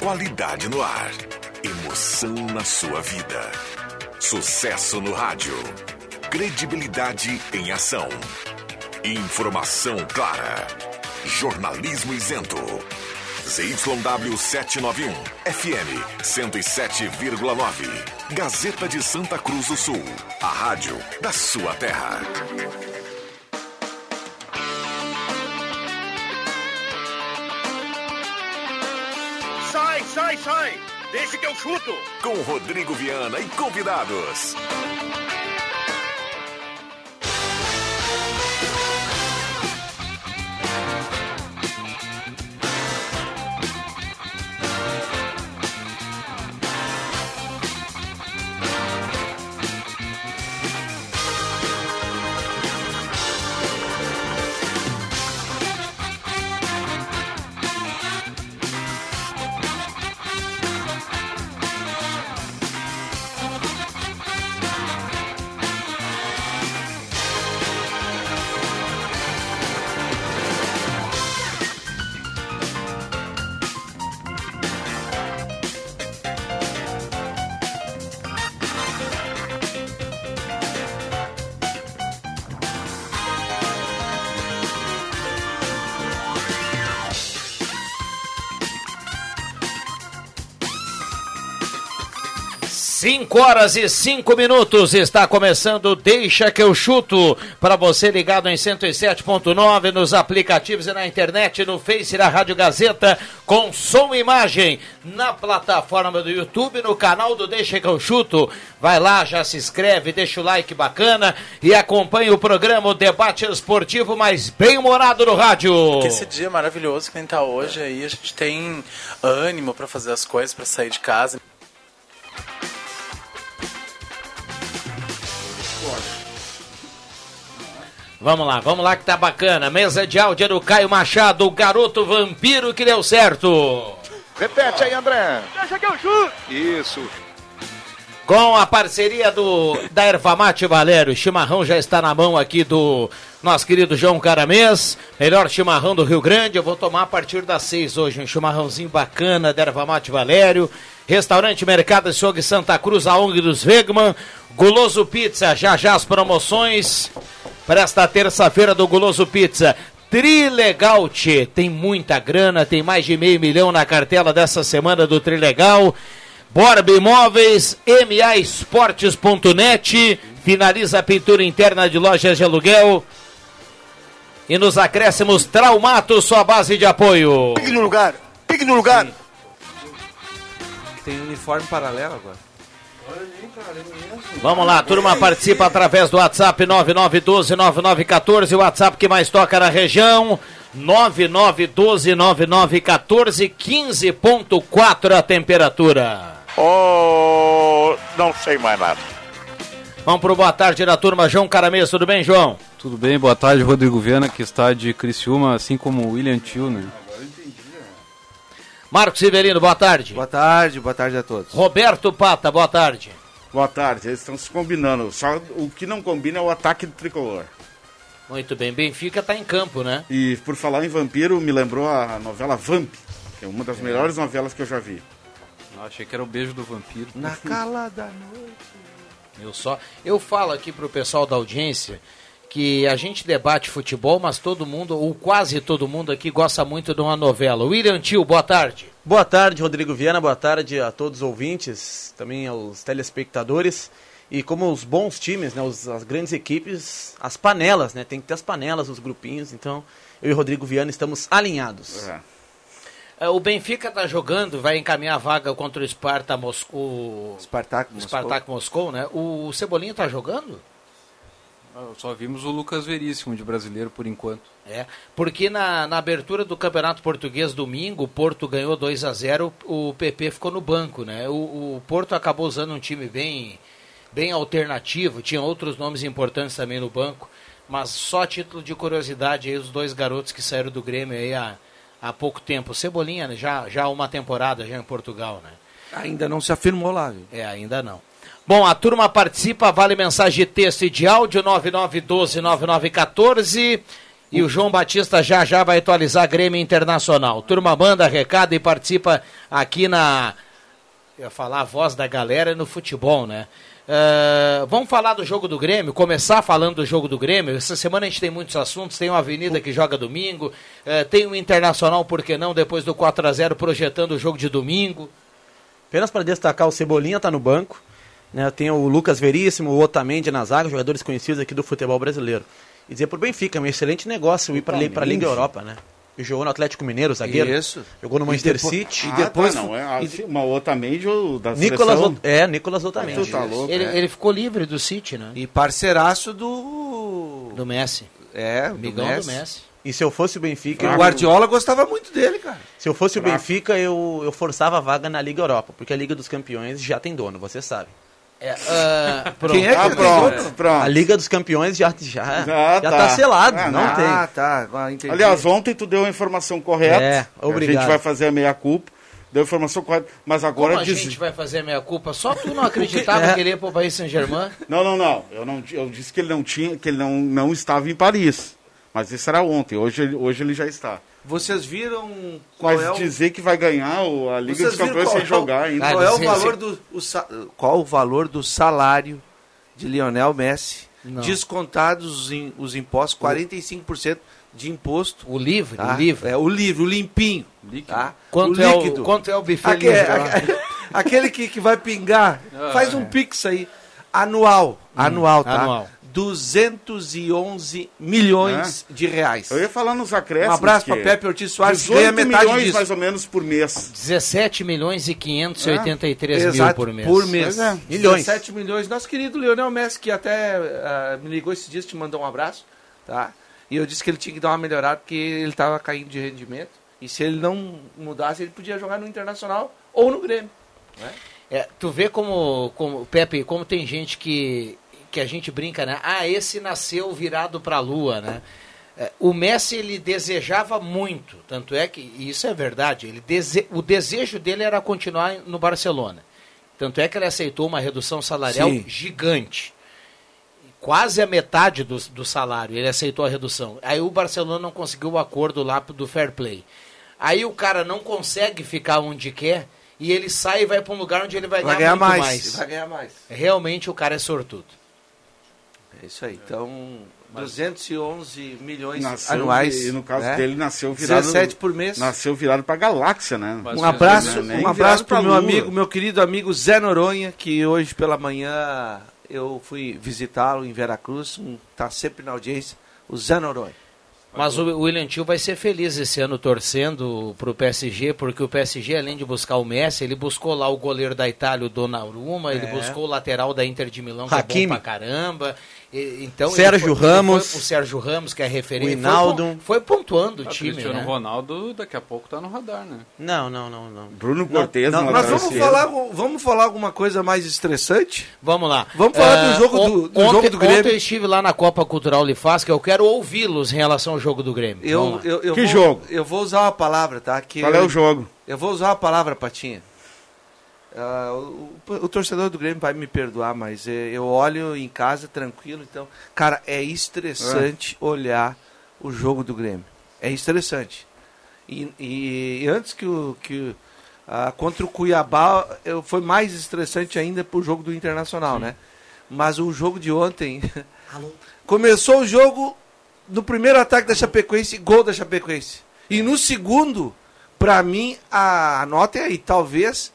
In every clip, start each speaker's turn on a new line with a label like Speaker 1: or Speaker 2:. Speaker 1: Qualidade no ar. Emoção na sua vida. Sucesso no rádio. Credibilidade em ação. Informação clara. Jornalismo isento. ZYW 791. FM 107,9. Gazeta de Santa Cruz do Sul. A rádio da sua terra.
Speaker 2: Sai, sai, sai! Deixa que eu chuto!
Speaker 1: Com Rodrigo Viana e convidados.
Speaker 3: Cinco horas e cinco minutos está começando Deixa que eu chuto para você ligado em 107.9 nos aplicativos e na internet, no Face da Rádio Gazeta com som e imagem na plataforma do YouTube, no canal do Deixa que eu chuto. Vai lá, já se inscreve, deixa o like bacana e acompanha o programa o Debate Esportivo mais bem humorado no rádio.
Speaker 4: Porque esse dia maravilhoso que a gente tá hoje aí, a gente tem ânimo pra fazer as coisas, pra sair de casa.
Speaker 3: Vamos lá, vamos lá que tá bacana. Mesa de áudio é do Caio Machado, o garoto vampiro que deu certo.
Speaker 5: Repete aí, André.
Speaker 2: Deixa que eu chuto!
Speaker 5: Isso.
Speaker 3: Com a parceria do da Erva Mate Valério, o chimarrão já está na mão aqui do nosso querido João Caramês, melhor chimarrão do Rio Grande. Eu vou tomar a partir das seis hoje um chimarrãozinho bacana da Erva Mate Valério. Restaurante Mercado Açougue Santa Cruz, a ONG dos Vegman. Guloso Pizza, já já as promoções para esta terça-feira do Guloso Pizza. Trilegal, tchê. Tem muita grana, tem mais de meio milhão na cartela dessa semana do Trilegal. Borba Imóveis, maesportes.net, finaliza a pintura interna de lojas de aluguel. E nos acréscimos Traumato, sua base de apoio.
Speaker 6: Pique no lugar, pique no lugar.
Speaker 7: Tem uniforme paralelo agora.
Speaker 3: Vamos lá, turma participa através do WhatsApp 99129914, o WhatsApp que mais toca na região. 99129914, 15.4 a temperatura.
Speaker 5: Oh, não sei mais nada.
Speaker 3: Vamos pro boa tarde da turma, João Caramês, tudo bem, João?
Speaker 7: Tudo bem, boa tarde, Rodrigo Viana, que está de Criciúma, assim como o William Tio, né?
Speaker 3: Marcos Severino, boa tarde.
Speaker 7: Boa tarde, boa tarde a todos.
Speaker 3: Roberto Pata, boa tarde.
Speaker 8: Boa tarde, eles estão se combinando. Só o que não combina é o ataque do tricolor.
Speaker 3: Muito bem, Benfica tá em campo, né?
Speaker 8: E por falar em vampiro, me lembrou a novela Vamp, que é uma das melhores novelas que eu já vi.
Speaker 7: Eu Ah, achei que era o beijo do vampiro.
Speaker 6: Na cala da noite.
Speaker 3: Eu só, eu falo aqui pro pessoal da audiência que a gente debate futebol, mas todo mundo, ou quase todo mundo aqui gosta muito de uma novela. William Tio, boa tarde.
Speaker 9: Boa tarde, Rodrigo Viana. Boa tarde a todos os ouvintes, também aos telespectadores. E como os bons times, né, os- as grandes equipes, as panelas, né? Tem que ter as panelas, os grupinhos. Então, eu e Rodrigo Viana estamos alinhados.
Speaker 8: É.
Speaker 3: É, O Benfica tá jogando, vai encaminhar a vaga contra o Sparta Moscou.
Speaker 6: Espartaco,
Speaker 3: O Spartak Moscou, né? O Cebolinha tá jogando?
Speaker 7: Ah, Só vimos o Lucas Veríssimo de brasileiro por enquanto.
Speaker 3: É, porque na, na abertura do Campeonato Português domingo, o Porto ganhou 2 a 0 o PP ficou no banco, né? O, o Porto acabou usando um time bem, bem alternativo, tinha outros nomes importantes também no banco, mas só a título de curiosidade aí, os dois garotos que saíram do Grêmio aí há, há pouco tempo. O Cebolinha né, já, já há uma temporada já em Portugal, né?
Speaker 7: Ainda não se afirmou lá, viu?
Speaker 3: É, ainda não. Bom, a turma um participa, vale mensagem de texto e de áudio, 9912-9914. E o João Batista já já vai atualizar Grêmio Internacional. Turma manda recado e participa aqui na. Eu ia falar a voz da galera no futebol, né? Ah, vamos falar do jogo do Grêmio, começar falando do jogo do Grêmio. Essa semana a gente tem muitos assuntos, tem o Avenida que joga domingo, eh, tem o Internacional, por que não, depois do 4 a 0 projetando o jogo de domingo.
Speaker 9: Apenas para destacar, o Cebolinha tá no banco. Né? Tem o Lucas Veríssimo, o Otamendi na zaga, jogadores conhecidos aqui do futebol brasileiro. E dizer pro Benfica, é um excelente negócio ir para a Liga Europa, né? E jogou no Atlético Mineiro, zagueiro.
Speaker 4: Isso. Ah, tá,
Speaker 9: Jogou no Manchester City.
Speaker 8: E depois.
Speaker 9: depois
Speaker 8: não, é a- uma outra mente da
Speaker 9: Nicolas,
Speaker 8: seleção.
Speaker 9: Ot- é, Nicolas Otamendi.
Speaker 8: Tu tá louco,
Speaker 3: Ele,
Speaker 8: é.
Speaker 3: ele ficou livre do City, né?
Speaker 4: E parceiraço do.
Speaker 3: Do Messi.
Speaker 4: É,
Speaker 3: Amigão do Messi.
Speaker 9: E se eu fosse o Benfica, eu-
Speaker 8: Fraco.
Speaker 4: Guardiola gostava muito dele, cara.
Speaker 9: se eu fosse o Benfica, eu, eu forçava a vaga na Liga Europa, porque a Liga dos Campeões já tem dono, você sabe.
Speaker 3: É, ah, pronto.
Speaker 4: Quem é que
Speaker 8: Ah, pronto, pronto.
Speaker 9: A Liga dos Campeões já já, já
Speaker 8: Ah,
Speaker 9: tá.
Speaker 8: tá.
Speaker 9: selado,
Speaker 8: Ah,
Speaker 9: não
Speaker 8: não.
Speaker 9: tem.
Speaker 4: Ah, tá. vai, entendi.
Speaker 8: Aliás, ontem tu deu a informação correta.
Speaker 9: É, obrigado.
Speaker 8: A gente vai fazer a meia-culpa. Deu a informação correta. Mas agora
Speaker 3: Como a
Speaker 8: diz.
Speaker 3: gente vai fazer a minha culpa? Só tu não acreditava
Speaker 9: É.
Speaker 3: que ele ia pro Paris Saint-Germain?
Speaker 8: Não, não, não. Eu, não. di- eu disse que ele não tinha, que ele não, não estava em Paris. Mas isso era ontem. Hoje, ele- hoje ele já está.
Speaker 4: vocês viram qual
Speaker 8: mas
Speaker 4: é o...
Speaker 8: dizer que vai ganhar o- a Liga
Speaker 4: vocês
Speaker 8: dos
Speaker 4: viram
Speaker 8: Campeões
Speaker 4: qual
Speaker 8: sem
Speaker 4: é o-
Speaker 8: jogar ainda.
Speaker 3: Ah,
Speaker 4: Qual é o
Speaker 3: sim,
Speaker 4: valor
Speaker 3: sim.
Speaker 4: do o sa- qual o valor do salário de Lionel Messi?
Speaker 3: Não.
Speaker 4: Descontados os, im- os impostos, 45% de imposto.
Speaker 3: O livre,
Speaker 4: tá?
Speaker 3: o livre.
Speaker 4: É, o livre, o limpinho. Tá?
Speaker 3: Quanto,
Speaker 4: o
Speaker 3: é
Speaker 4: líquido.
Speaker 3: o, quanto é o né? Ah, buffet
Speaker 4: Aque-
Speaker 3: livre lá?
Speaker 4: aque- aquele que, que vai pingar. Faz um pix aí. Anual. anual, tá?
Speaker 3: é. Hum, anual.
Speaker 4: 211 milhões de reais.
Speaker 8: Eu ia falar nos
Speaker 4: Um
Speaker 8: acréscimos.
Speaker 4: abraço
Speaker 8: Né? que
Speaker 4: para Pepe Ortiz Soares, que ganha
Speaker 8: 18
Speaker 4: metade
Speaker 8: milhões
Speaker 4: disso.
Speaker 8: mais ou menos por mês.
Speaker 3: 17 milhões e 583 mil
Speaker 4: Ah, Exato,
Speaker 3: por mês.
Speaker 4: Por mês.
Speaker 8: Pois é.
Speaker 9: Milhões.
Speaker 4: 17 milhões. Nosso querido Leonel Messi, que até ah, me ligou esses dias, te mandou um abraço, tá? E eu disse que ele tinha que dar uma melhorada, porque ele estava caindo de rendimento. E se ele não mudasse, ele podia jogar no Internacional ou no Grêmio.
Speaker 3: É, tu vê como, como, Pepe, como tem gente que, que a gente brinca, né? Ah, esse nasceu virado pra lua, né? É, O Messi, ele desejava muito, tanto é que, e isso é verdade, ele dese- o desejo dele era continuar no Barcelona. Tanto é que ele aceitou uma redução salarial
Speaker 4: Sim.
Speaker 3: gigante. Quase a metade do, do salário, ele aceitou a redução. Aí o Barcelona não conseguiu o acordo lá do fair play. Aí o cara não consegue ficar onde quer e ele sai e vai para um lugar onde ele vai,
Speaker 4: Vai
Speaker 3: ganhar,
Speaker 4: ganhar
Speaker 3: muito
Speaker 4: mais.
Speaker 3: mais.
Speaker 4: Vai ganhar mais.
Speaker 3: Realmente o cara é sortudo.
Speaker 4: É isso aí. Então, 211 milhões
Speaker 8: Nasceu,
Speaker 4: anuais.
Speaker 8: E no caso
Speaker 4: né?
Speaker 8: dele, nasceu virado.
Speaker 4: 17 por mês.
Speaker 8: Nasceu virado pra galáxia, né?
Speaker 4: Um abraço,
Speaker 8: Nem
Speaker 4: um
Speaker 8: virado
Speaker 4: abraço
Speaker 8: pra
Speaker 4: pro meu
Speaker 8: lua.
Speaker 4: amigo, meu querido amigo Zé Noronha, que hoje pela manhã eu fui visitá-lo em Veracruz, um, tá sempre na audiência, o Zé Noronha.
Speaker 3: Mas o o William Tio vai ser feliz esse ano torcendo pro PSG, porque o PSG, além de buscar o Messi, ele buscou lá o goleiro da Itália, o Donnarumma,
Speaker 4: É.
Speaker 3: ele buscou o lateral da Inter de Milão, que é
Speaker 9: Hakimi.
Speaker 3: bom pra caramba. E- então ele
Speaker 9: Sérgio
Speaker 3: foi- ele
Speaker 9: Ramos.
Speaker 3: foi- o Sérgio Ramos, que é referência. foi
Speaker 9: Wijnaldum.
Speaker 3: pon- Foi, pontuando o
Speaker 7: O
Speaker 3: time,
Speaker 7: Cristiano
Speaker 3: né?
Speaker 7: Ronaldo daqui a pouco tá no radar, né?
Speaker 9: Não, não, não, não.
Speaker 8: Bruno Cortez,
Speaker 9: não,
Speaker 8: no
Speaker 4: Mas
Speaker 8: lateral
Speaker 4: vamos
Speaker 8: esquerdo.
Speaker 4: falar, vamos falar alguma coisa mais estressante?
Speaker 3: Vamos lá.
Speaker 4: Vamos falar
Speaker 3: Ah,
Speaker 4: do jogo
Speaker 3: on-
Speaker 4: do- do
Speaker 3: ontem,
Speaker 4: jogo do Grêmio.
Speaker 3: Ontem eu estive lá na Copa Cultural Lifasca, eu quero ouvi-los em relação ao jogo do Grêmio.
Speaker 4: Eu,
Speaker 3: Vamos lá.
Speaker 4: eu, eu
Speaker 8: Que
Speaker 4: vou,
Speaker 8: jogo?
Speaker 4: Eu vou usar uma palavra, tá? Que
Speaker 8: Qual
Speaker 4: eu,
Speaker 8: é o jogo?
Speaker 4: Eu vou usar uma palavra, Patinha. Ah, o, o- o torcedor do Grêmio vai me perdoar, mas eh, eu olho em casa tranquilo, então. Cara, é estressante
Speaker 8: É.
Speaker 4: olhar o jogo do Grêmio. É estressante. E, e antes que o. Que, o- ah, contra o Cuiabá eu, foi mais estressante ainda pro jogo do Internacional, né? Mas o jogo de ontem. Começou o jogo no primeiro ataque da Chapecoense, gol da Chapecoense.
Speaker 8: É.
Speaker 4: E no segundo, pra mim, a, a nota é aí, talvez,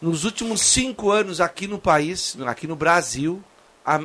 Speaker 4: nos últimos cinco anos aqui no país, aqui no Brasil, a,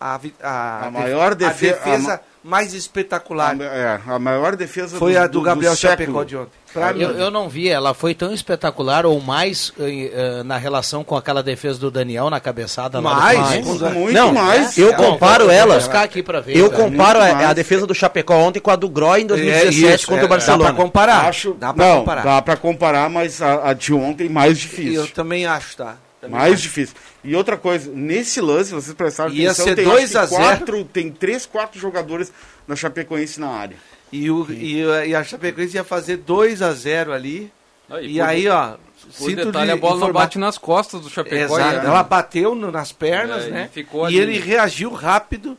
Speaker 4: a, vi- a,
Speaker 8: A maior defe- a
Speaker 4: defesa
Speaker 8: ma-
Speaker 4: mais espetacular
Speaker 8: A, é, a maior defesa
Speaker 4: foi a do, Gabriel
Speaker 8: século.
Speaker 4: Chapecó de ontem. Pra mim.
Speaker 3: Eu, eu não vi, ela foi tão espetacular ou mais eh, eh, na relação com aquela defesa do Daniel na cabeçada lá
Speaker 4: Mais?
Speaker 3: do
Speaker 4: Mais?
Speaker 3: Flamengo.
Speaker 8: Muito
Speaker 9: Não,
Speaker 8: mais.
Speaker 9: eu
Speaker 3: Não,
Speaker 9: comparo
Speaker 3: vou- vou
Speaker 9: ela.
Speaker 3: buscar aqui pra ver,
Speaker 9: Eu
Speaker 3: cara.
Speaker 9: comparo
Speaker 8: Muito mais.
Speaker 9: a, a defesa do Chapecó ontem com a do Groy em 2017
Speaker 4: É isso,
Speaker 9: contra
Speaker 4: é,
Speaker 9: o Barcelona.
Speaker 4: Dá pra comparar.
Speaker 8: Acho,
Speaker 4: dá pra
Speaker 8: Tá. não,
Speaker 4: comparar.
Speaker 8: dá pra comparar, mas a, a de ontem mais
Speaker 4: E
Speaker 8: difícil.
Speaker 4: eu também acho, tá? Também
Speaker 8: Mais difícil. E outra coisa, nesse lance, vocês prestaram
Speaker 4: Ia
Speaker 8: atenção,
Speaker 4: ser
Speaker 8: tem
Speaker 4: 2
Speaker 8: acho que
Speaker 4: a 0.
Speaker 8: quatro, tem três, quatro jogadores da Chapecoense na área.
Speaker 4: E, o, e, a- e a Chapecoense ia fazer 2 a 0 ali.
Speaker 7: Ah, e
Speaker 4: e
Speaker 7: por
Speaker 4: aí, ó,
Speaker 7: Por
Speaker 4: sinto
Speaker 7: detalhe,
Speaker 4: de
Speaker 7: a bola não
Speaker 4: informar-
Speaker 7: bate nas costas do Chapecó.
Speaker 4: Exato.
Speaker 7: e-
Speaker 4: Ela bateu no- nas pernas,
Speaker 7: É, e
Speaker 4: né? E,
Speaker 7: ficou ali.
Speaker 4: ele reagiu rápido.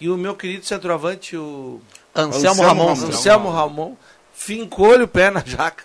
Speaker 4: E o meu querido centroavante, o
Speaker 9: Anselmo,
Speaker 8: Anselmo
Speaker 9: Ramon.
Speaker 8: Ramon.
Speaker 4: Anselmo Ramon fincou o pé na jaca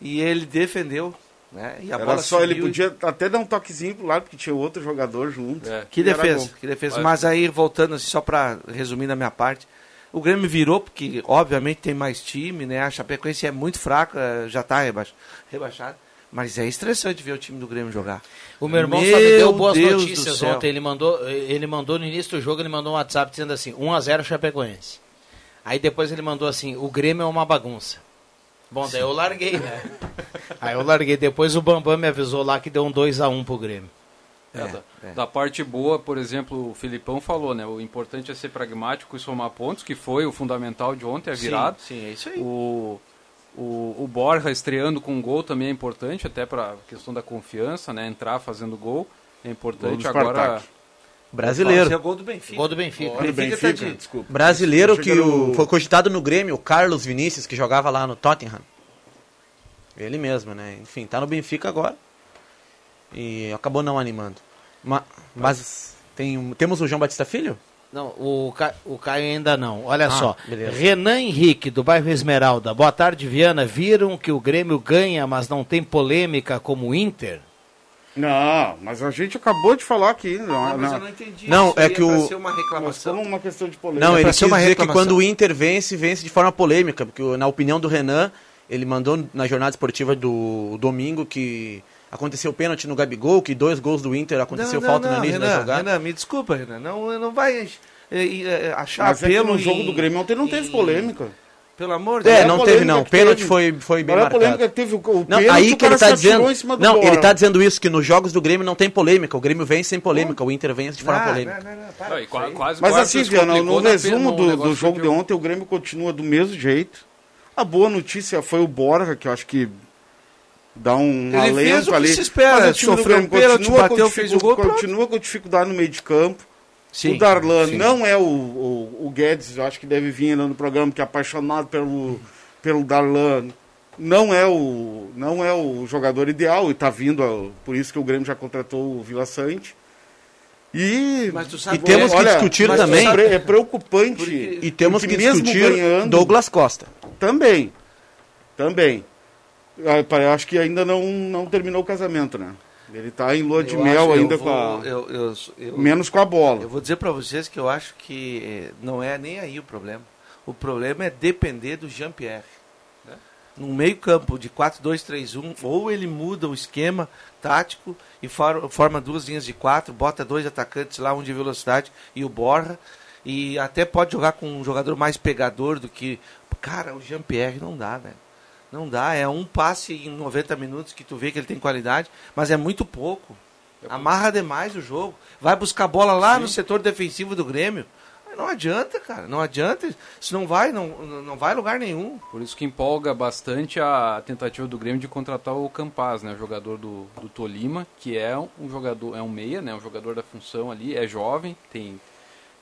Speaker 4: e ele defendeu. Né? E a
Speaker 8: Era
Speaker 4: bola
Speaker 8: só ele
Speaker 4: subiu e-
Speaker 8: podia até dar um toquezinho pro lado, porque tinha outro jogador junto.
Speaker 7: É.
Speaker 4: Que
Speaker 8: E era
Speaker 4: defesa,
Speaker 8: gol. é.
Speaker 4: que defesa. Mas aí, voltando, assim, só para resumir da minha parte, o Grêmio virou, porque obviamente tem mais time, né? A Chapecoense é muito fraca, já está rebaixa, rebaixada. Mas é estressante ver o time do Grêmio jogar.
Speaker 3: O meu irmão só me deu
Speaker 4: Meu
Speaker 3: boas
Speaker 4: Deus do
Speaker 3: notícias
Speaker 4: céu.
Speaker 3: ontem. Ele mandou, eh, ele mandou no início do jogo, ele mandou um WhatsApp dizendo assim: 1x0 Chapecoense. Aí depois ele mandou assim: o Grêmio é uma bagunça. Bom, daí eu larguei, né? Aí eu larguei. Depois o Bambam me avisou lá que deu um 2x1 pro Grêmio.
Speaker 7: É, da, da parte boa, por exemplo, o Filipão falou, né? O importante é ser pragmático e somar pontos, que foi o fundamental de ontem, a virada.
Speaker 4: Sim, sim, é isso aí.
Speaker 7: O, o, o Borja estreando com um gol também é importante, até para questão da confiança, né? Entrar fazendo gol é
Speaker 8: Gol do
Speaker 7: importante.
Speaker 8: Spartak.
Speaker 7: Agora,
Speaker 4: Esse é
Speaker 9: Brasileiro.
Speaker 4: o gol do Benfica.
Speaker 3: Gol do Benfica.
Speaker 8: Olha o
Speaker 4: Benfica
Speaker 8: Benfica,
Speaker 4: tá de-
Speaker 8: desculpa.
Speaker 9: Brasileiro que
Speaker 8: Chega
Speaker 9: o-
Speaker 8: no-
Speaker 9: foi cogitado no Grêmio, o Carlos Vinícius, que jogava lá no Tottenham. Ele mesmo, né? Enfim, tá no Benfica agora. E acabou não animando. Ma- Mas tem um- temos o João Batista Filho?
Speaker 3: Não, o, Ca... o Caio ainda não. Olha
Speaker 9: Ah,
Speaker 3: só.
Speaker 9: beleza.
Speaker 3: Renan Henrique, do bairro Esmeralda. Boa tarde, Viana. Viram que o Grêmio ganha, mas não tem polêmica como o Inter?
Speaker 8: Não, mas a gente acabou de falar aqui. Não,
Speaker 4: Ah, mas
Speaker 8: não.
Speaker 4: eu não entendi.
Speaker 9: Não,
Speaker 4: isso
Speaker 9: é
Speaker 4: ia
Speaker 9: que o-
Speaker 4: pra ser uma
Speaker 8: Mas
Speaker 4: reclamação.
Speaker 8: como uma questão de polêmica.
Speaker 9: Não,
Speaker 4: pra
Speaker 9: ele
Speaker 4: ser
Speaker 9: quis
Speaker 4: uma
Speaker 9: dizer que
Speaker 4: reclamação.
Speaker 9: quando o Inter vence, vence de forma polêmica, porque na opinião do Renan, ele mandou na jornada esportiva do domingo que aconteceu pênalti no Gabigol, que dois gols do Inter aconteceu falta no início da
Speaker 4: Renan,
Speaker 9: jogada.
Speaker 4: Renan, me desculpa, Renan. Não, não vai eh, eh, achar
Speaker 8: Mas é que
Speaker 4: apelo
Speaker 8: no jogo
Speaker 4: em-
Speaker 8: do Grêmio ontem não teve
Speaker 4: em-
Speaker 8: polêmica.
Speaker 4: Pelo amor de
Speaker 9: É,
Speaker 8: a
Speaker 9: não
Speaker 8: polêmica
Speaker 9: teve não.
Speaker 8: que
Speaker 9: Pênalti
Speaker 8: teve?
Speaker 9: foi, foi bem
Speaker 8: Olha a
Speaker 9: marcado.
Speaker 8: polêmica que teve o, o
Speaker 9: Não,
Speaker 8: pênalti,
Speaker 9: aí
Speaker 8: o
Speaker 9: que ele
Speaker 8: cara
Speaker 9: tá
Speaker 8: se atirou
Speaker 9: dizendo.
Speaker 8: em cima do
Speaker 9: Não,
Speaker 8: Borja.
Speaker 9: ele tá dizendo isso, que nos jogos do Grêmio não tem polêmica. O Grêmio vence sem polêmica, o Inter vence de
Speaker 4: Não,
Speaker 8: Ah,
Speaker 9: forma polêmica.
Speaker 4: não, não, não, para
Speaker 7: não, e
Speaker 4: com
Speaker 7: qua-
Speaker 4: isso aí.
Speaker 7: quase
Speaker 8: Mas
Speaker 7: quase
Speaker 8: assim,
Speaker 7: se
Speaker 8: Viana, no
Speaker 7: complicou
Speaker 4: né?
Speaker 7: na pena,
Speaker 8: resumo
Speaker 7: um
Speaker 8: do, do
Speaker 7: negócio
Speaker 8: jogo
Speaker 7: que
Speaker 8: de
Speaker 7: eu-
Speaker 8: ontem, o Grêmio continua do mesmo jeito. A boa notícia foi o Borja, que eu acho que dá um
Speaker 4: Ele
Speaker 8: alento
Speaker 4: fez o que
Speaker 8: ali.
Speaker 4: se espera,
Speaker 8: Mas o time do
Speaker 4: sofreu um
Speaker 8: Grêmio
Speaker 4: pênalti,
Speaker 8: continua com
Speaker 4: bateu, fez o
Speaker 8: dificu-
Speaker 4: gol, pronto.
Speaker 8: Continua com dificuldade no meio de campo.
Speaker 4: Sim,
Speaker 8: o Darlan
Speaker 4: sim.
Speaker 8: não é o, o, o Guedes, eu acho que deve vir ainda no programa, que é apaixonado pelo, pelo Darlan. Não é, o, não é o jogador ideal e tá vindo, ó, por isso que o Grêmio já contratou o Vila Sante. E,
Speaker 4: Mas tu sabe-
Speaker 8: e
Speaker 9: temos que discutir
Speaker 8: mas tu
Speaker 9: também-
Speaker 8: sabe- É preocupante.
Speaker 4: Porque-
Speaker 9: E temos
Speaker 8: porque
Speaker 9: que discutir Douglas Costa.
Speaker 8: Também. Também. Ah, pare- Acho que ainda não, não terminou o casamento, né? Ele tá em lua de
Speaker 4: Eu
Speaker 8: mel
Speaker 4: acho- eu
Speaker 8: ainda
Speaker 4: vou-
Speaker 8: com a-
Speaker 4: eu- eu- eu-
Speaker 8: menos com a bola.
Speaker 4: Eu vou dizer para vocês que eu acho que eh, não é nem aí o problema. O problema é depender do Jean-Pierre. Num meio-campo de 4-2-3-1, ou ele muda o esquema tático e for- forma duas linhas de quatro, bota dois atacantes lá, um de velocidade e o Borra. E até pode jogar com um jogador mais pegador do que. Cara, o Jean-Pierre não dá, velho. Não dá. É um passe em 90 minutos que tu vê que ele tem qualidade, mas é muito pouco. Amarra demais o jogo. Vai buscar bola lá no setor defensivo do Grêmio. Mas Não adianta, cara. Não adianta. Isso não vai, não, não vai a lugar nenhum.
Speaker 7: Por isso que empolga bastante a tentativa do Grêmio de contratar o Campaz, né, o jogador do, do Tolima, que é um um jogador, é um meia, né, um jogador da função ali, é jovem, tem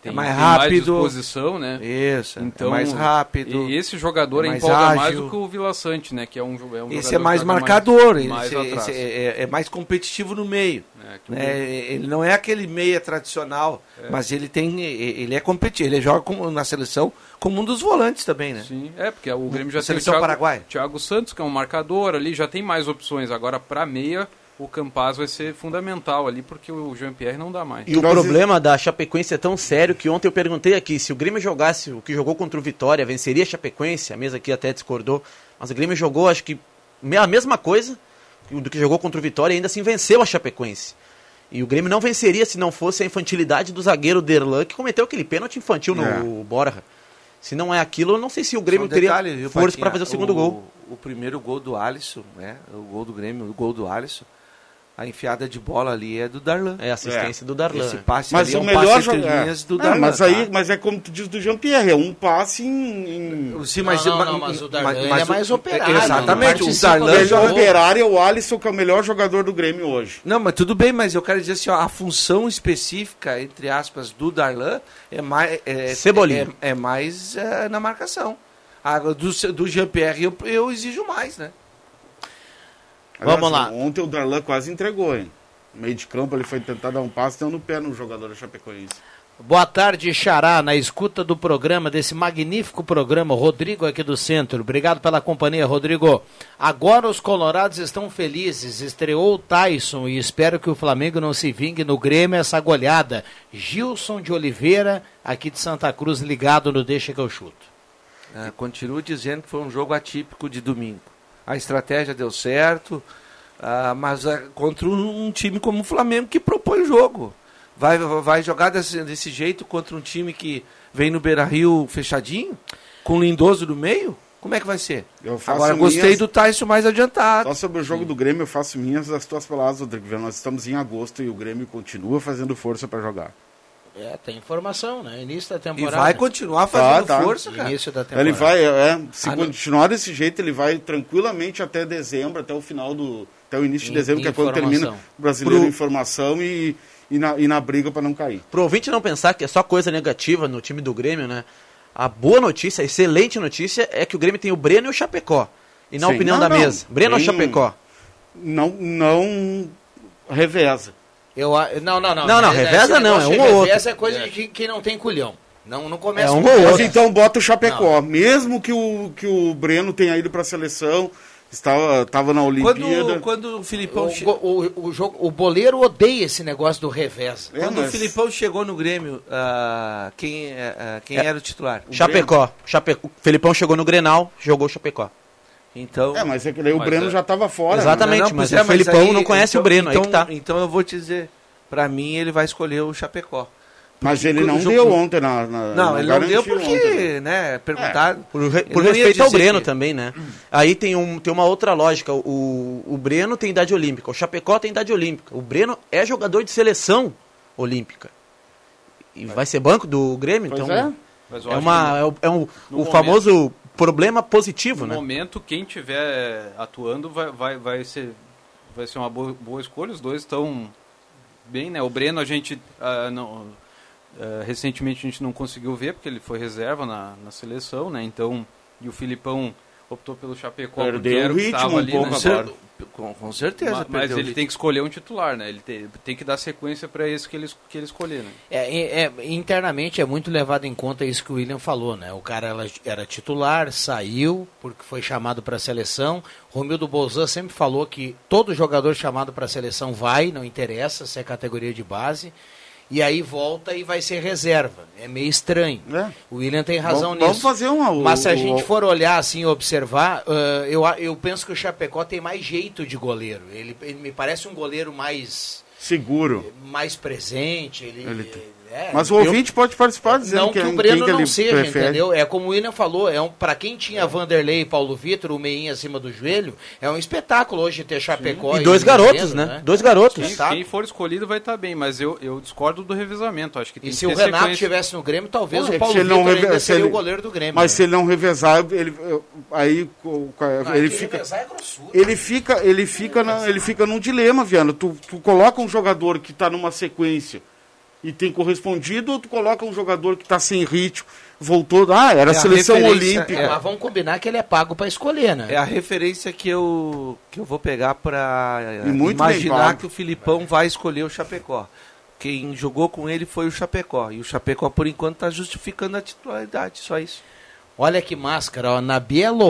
Speaker 7: tem,
Speaker 4: É mais
Speaker 7: tem
Speaker 4: rápido.
Speaker 7: disposição, né?
Speaker 4: Isso. é
Speaker 7: Então,
Speaker 4: mais rápido.
Speaker 7: E esse jogador
Speaker 4: é mais
Speaker 7: empolga mais
Speaker 4: ágil.
Speaker 7: do que o Vila Sante, né, que é um, jo- é um jogador
Speaker 4: Esse
Speaker 7: que
Speaker 4: é mais
Speaker 7: joga
Speaker 4: marcador.
Speaker 7: mais,
Speaker 4: esse-
Speaker 7: mais
Speaker 4: esse
Speaker 7: atrás.
Speaker 4: é, é- é mais competitivo no meio.
Speaker 7: né, que o
Speaker 4: né? Ele não é aquele meia tradicional, mas ele tem. Ele é competitivo. Ele joga com- na seleção como um dos volantes também, né?
Speaker 7: Sim, é, porque o Grêmio já tem o
Speaker 4: Seleção
Speaker 7: Thiago,
Speaker 4: Paraguai.
Speaker 7: Thiago Santos, que é um marcador ali, já tem mais opções. Agora, para meia, o Campaz vai ser fundamental ali, porque o Jean-Pierre não dá mais.
Speaker 9: E o
Speaker 8: Nós-
Speaker 9: problema da Chapecoense é tão sério que ontem eu perguntei aqui se o Grêmio jogasse o que jogou contra o Vitória, venceria a Chapecoense. A mesa aqui até discordou, mas o Grêmio jogou, acho que me- a mesma coisa do que jogou contra o Vitória e ainda assim venceu a Chapecoense. E o Grêmio não venceria se não fosse a infantilidade do zagueiro Derlan, que cometeu aquele pênalti infantil no
Speaker 8: É.
Speaker 9: Borja. Se não é aquilo, eu não sei se o
Speaker 4: Só
Speaker 9: Grêmio
Speaker 4: um
Speaker 9: teria
Speaker 4: detalhe, viu,
Speaker 9: força
Speaker 4: Paquinha?
Speaker 9: para fazer o segundo gol.
Speaker 4: O primeiro gol do Alisson, né? O gol do Grêmio, o gol do Alisson. A enfiada de bola ali é do Darlan.
Speaker 9: É a assistência do Darlan.
Speaker 4: Esse passe
Speaker 8: Mas
Speaker 4: ali é
Speaker 8: o
Speaker 4: um
Speaker 8: melhor
Speaker 4: passe entre
Speaker 8: jogador.
Speaker 4: linhas do Darlan.
Speaker 8: mas, aí,
Speaker 4: tá?
Speaker 8: mas é como tu diz do Jean-Pierre, é um passe em. em-
Speaker 4: Sim,
Speaker 3: Não, não, não, mas o Darlan, ele é mais operário, não
Speaker 4: Exatamente. O
Speaker 3: participa
Speaker 4: Darlan
Speaker 3: do
Speaker 8: Ele é o
Speaker 4: jogou.
Speaker 3: jogo.
Speaker 8: operário, o Alisson, que é o melhor jogador do Grêmio hoje.
Speaker 4: Não, mas tudo bem, mas eu quero dizer assim, ó, a função específica, entre aspas, do Darlan é mais. É,
Speaker 9: Cebolinha.
Speaker 4: É, é mais é, na marcação. A, do do Jean-Pierre eu, eu exijo mais, né?
Speaker 3: Vamos lá.
Speaker 8: Ontem o Darlan quase entregou, hein? No meio de campo ele foi tentar dar um passe, deu no pé no jogador da Chapecoense.
Speaker 3: Boa tarde, Xará, na escuta do programa, desse magnífico programa, Rodrigo aqui do Centro. Obrigado pela companhia, Rodrigo. Agora os colorados estão felizes, estreou o Tyson e espero que o Flamengo não se vingue no Grêmio essa goleada. Gilson de Oliveira, aqui de Santa Cruz, ligado no Deixa Que Eu Chuto.
Speaker 4: Ah, continuo dizendo que foi um jogo atípico de domingo. A estratégia deu certo, ah, mas ah, contra um, um time como o Flamengo que propõe o jogo. Vai, vai jogar desse, desse jeito contra um time que vem no Beira Rio fechadinho, com o Lindoso no meio? Como é que vai ser?
Speaker 8: Eu faço
Speaker 4: Agora gostei
Speaker 8: minhas-
Speaker 4: do Tyson mais adiantado.
Speaker 8: Só sobre o jogo do Grêmio, eu faço minhas as tuas palavras, Rodrigo. Viana. Nós estamos em agosto e o Grêmio continua fazendo força para jogar.
Speaker 3: É, tem informação, né? Início da
Speaker 4: E
Speaker 3: temporada.
Speaker 4: vai continuar fazendo
Speaker 8: Tá, tá.
Speaker 4: força, cara.
Speaker 3: Início da temporada.
Speaker 8: Ele vai, é, se
Speaker 4: Ah, não.
Speaker 8: continuar desse jeito, ele vai tranquilamente até dezembro, até o final do. até o início de
Speaker 3: In-
Speaker 8: dezembro, que é quando
Speaker 3: informação.
Speaker 8: termina o brasileiro
Speaker 9: Pro-
Speaker 8: em formação e, e, na, e na briga para não cair.
Speaker 9: Pro ouvinte não pensar que é só coisa negativa no time do Grêmio, né? A boa notícia, a excelente notícia é que o Grêmio tem o Breno e o Chapecó. E na
Speaker 8: Sim.
Speaker 9: opinião
Speaker 8: Não,
Speaker 9: da
Speaker 8: não.
Speaker 9: mesa, Breno ou
Speaker 8: Tem-
Speaker 9: Chapecó?
Speaker 8: Não, não reveza.
Speaker 3: Eu, a- não, não, não.
Speaker 9: Não, não,
Speaker 3: Esse
Speaker 9: reveza não,
Speaker 3: negócio
Speaker 9: é
Speaker 3: de
Speaker 9: um ou
Speaker 3: Reveza é coisa de quem, quem não tem culhão. Não, não começa
Speaker 9: É um
Speaker 3: com
Speaker 9: ou
Speaker 8: Mas
Speaker 9: outro.
Speaker 8: então bota o Chapecó. Mesmo que o, que o Breno tenha ido para a seleção, estava, estava na Olimpíada.
Speaker 4: Quando, quando o Filipão
Speaker 3: O,
Speaker 4: che-
Speaker 3: go- o, o, jogo, o boleiro odeia esse negócio do revés.
Speaker 8: É,
Speaker 4: Quando o
Speaker 8: mas-
Speaker 4: Filipão chegou no Grêmio, ah, quem, eh, ah, quem
Speaker 9: É.
Speaker 4: era o titular?
Speaker 9: Chapecó. Chape... O Felipão chegou no Grenal, jogou o Chapecó.
Speaker 4: Então.
Speaker 8: É, mas é que daí o
Speaker 7: Mas
Speaker 8: Breno
Speaker 7: é-
Speaker 8: já estava fora.
Speaker 9: Exatamente. mas o Felipão não conhece o Breno, aí
Speaker 4: então,
Speaker 9: que tá.
Speaker 4: Então eu vou te dizer, pra mim ele vai escolher o Chapecó.
Speaker 8: Mas ele não
Speaker 4: Jogo-
Speaker 8: deu ontem na. na-
Speaker 4: Não, ele não deu
Speaker 8: Ah, garantiu ontem. É.
Speaker 4: porque, né, perguntaram.
Speaker 9: Por, re-
Speaker 4: Ele
Speaker 9: por
Speaker 4: não ia
Speaker 9: respeito ao
Speaker 4: dizer
Speaker 9: Breno
Speaker 4: que-
Speaker 9: também, né? Aí tem, um, tem uma outra lógica. O, o Breno tem idade olímpica, o Chapecó tem idade olímpica. O Breno é jogador de seleção olímpica. E vai ser banco do Grêmio,
Speaker 8: Pois
Speaker 9: então.
Speaker 8: é.
Speaker 7: Mas eu
Speaker 9: É,
Speaker 7: acho
Speaker 9: uma, é, o- é um,
Speaker 7: no
Speaker 9: o
Speaker 7: momento-
Speaker 9: famoso problema
Speaker 7: que
Speaker 9: positivo,
Speaker 7: no
Speaker 9: né?
Speaker 7: momento, quem tiver atuando vai, vai, vai, ser, vai ser uma boa, boa escolha. Os dois estão bem, né? O Breno, a gente ah, não, ah, recentemente a gente não conseguiu ver, porque ele foi reserva na, na seleção, né? Então, e o Filipão optou pelo Chapecó.
Speaker 8: Perdeu
Speaker 7: porque era
Speaker 8: o
Speaker 7: que
Speaker 8: ritmo
Speaker 7: tava
Speaker 8: um pouco
Speaker 4: Com,
Speaker 8: Agora.
Speaker 4: cer- com- com certeza,
Speaker 7: Ma- Mas
Speaker 4: perdeu
Speaker 7: ele
Speaker 4: o-
Speaker 7: tem que escolher um titular, né? Ele te- tem que dar sequência para esse que ele, es- que ele escolher, né?
Speaker 3: É, é, é, internamente é muito levado em conta isso que o William falou, né? O cara ela- era titular, saiu porque foi chamado para a seleção. Romildo Bolzan sempre falou que todo jogador chamado para a seleção vai, não interessa se é categoria de base, e aí volta e vai ser reserva. É meio estranho.
Speaker 8: É.
Speaker 3: O William tem razão
Speaker 8: Vamos-
Speaker 3: nisso.
Speaker 8: vamos fazer uma- o-
Speaker 3: Mas se a
Speaker 8: o-
Speaker 3: gente for olhar assim e observar, ah, eu, a- eu penso que o Chapecó tem mais jeito de goleiro. Ele, ele me parece um goleiro mais
Speaker 8: Seguro.
Speaker 3: mais presente, ele, é,
Speaker 8: Mas o ouvinte pode participar dizendo
Speaker 3: não que,
Speaker 8: que, é um
Speaker 3: o Breno
Speaker 8: quem que
Speaker 3: não
Speaker 8: ele
Speaker 3: seja,
Speaker 8: prefere.
Speaker 3: entendeu? É como o William falou, é um, para quem tinha Vanderlei e Paulo Vitor, o meinha acima do joelho, é um espetáculo hoje ter Chapecó
Speaker 9: E dois
Speaker 3: Rio de
Speaker 9: garotos,
Speaker 3: Janeiro,
Speaker 9: né? Dois garotos.
Speaker 7: Quem,
Speaker 3: Tá.
Speaker 7: quem for escolhido vai estar bem, mas eu, eu discordo do revezamento. Acho que tem
Speaker 3: E
Speaker 7: que
Speaker 3: se o
Speaker 7: ter
Speaker 3: Renato
Speaker 7: sequência.
Speaker 3: estivesse no Grêmio, talvez
Speaker 8: É que
Speaker 3: o Paulo
Speaker 8: se ele não
Speaker 3: Vitor ainda
Speaker 8: revela- se
Speaker 3: seria
Speaker 8: ele-
Speaker 3: o goleiro do Grêmio.
Speaker 8: Mas
Speaker 3: né?
Speaker 8: se ele não revezar, ele eu- aí co- co-
Speaker 3: Ah,
Speaker 8: ele
Speaker 3: que
Speaker 8: fica
Speaker 3: revezar é grossura.
Speaker 8: ele fica ele fica na, ele fica num dilema, Viana. Tu, tu coloca um jogador que está numa sequência e tem correspondido, ou tu coloca um jogador que está sem ritmo, voltou, ah, era
Speaker 4: É a
Speaker 8: seleção
Speaker 4: referência,
Speaker 8: olímpica.
Speaker 3: É, Mas vamos combinar que ele é pago para escolher, né?
Speaker 4: É a referência que eu, que eu vou pegar para
Speaker 8: E muito bem
Speaker 4: imaginar
Speaker 8: pago.
Speaker 4: que o Filipão vai escolher o Chapecó. Quem jogou com ele foi o Chapecó. E o Chapecó, por enquanto, está justificando a titularidade, só isso.
Speaker 3: Olha que máscara, ó. Na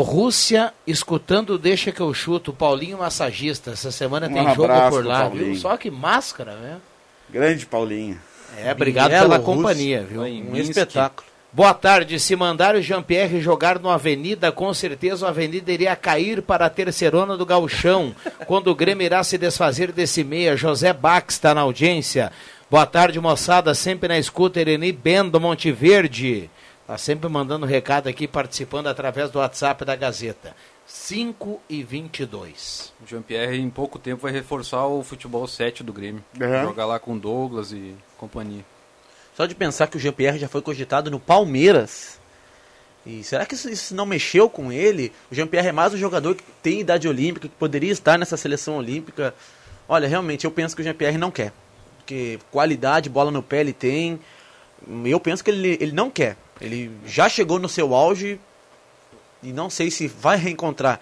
Speaker 3: Bielorrússia, escutando o Deixa que eu chuto, Paulinho Massagista. Essa semana
Speaker 8: Um
Speaker 3: tem jogo
Speaker 8: abraço
Speaker 3: por
Speaker 8: pro
Speaker 3: lá, viu?
Speaker 8: Paulinho.
Speaker 3: Só que máscara, né?
Speaker 8: Grande Paulinho.
Speaker 3: É, obrigado pela
Speaker 9: Bielorrússia.
Speaker 3: companhia, viu?
Speaker 7: Em
Speaker 9: Um
Speaker 7: Minsk.
Speaker 9: espetáculo.
Speaker 3: Boa tarde. Se mandar o Jean-Pierre jogar no Avenida, com certeza o Avenida iria cair para a terceirona do Gauchão, quando o Grêmio irá se desfazer desse meia. José Bax está na audiência. Boa tarde, moçada. Sempre na escuta, Ireni Bendo, Monte Verde. Está sempre mandando recado aqui, participando através do WhatsApp da Gazeta. 5 e 22.
Speaker 7: O Jean-Pierre, em pouco tempo, vai reforçar o futebol 7 do Grêmio.
Speaker 8: Aham.
Speaker 7: Jogar lá com Douglas e companhia.
Speaker 9: Só de pensar que o Jean-Pierre já foi cogitado no Palmeiras. E será que isso, isso não mexeu com ele? O Jean-Pierre é mais um jogador que tem idade olímpica, que poderia estar nessa seleção olímpica. Olha, realmente, eu penso que o Jean-Pierre não quer. Porque qualidade, bola no pé ele tem. Hum, Eu penso que ele, ele não quer. Ele já chegou no seu auge e não sei se vai reencontrar.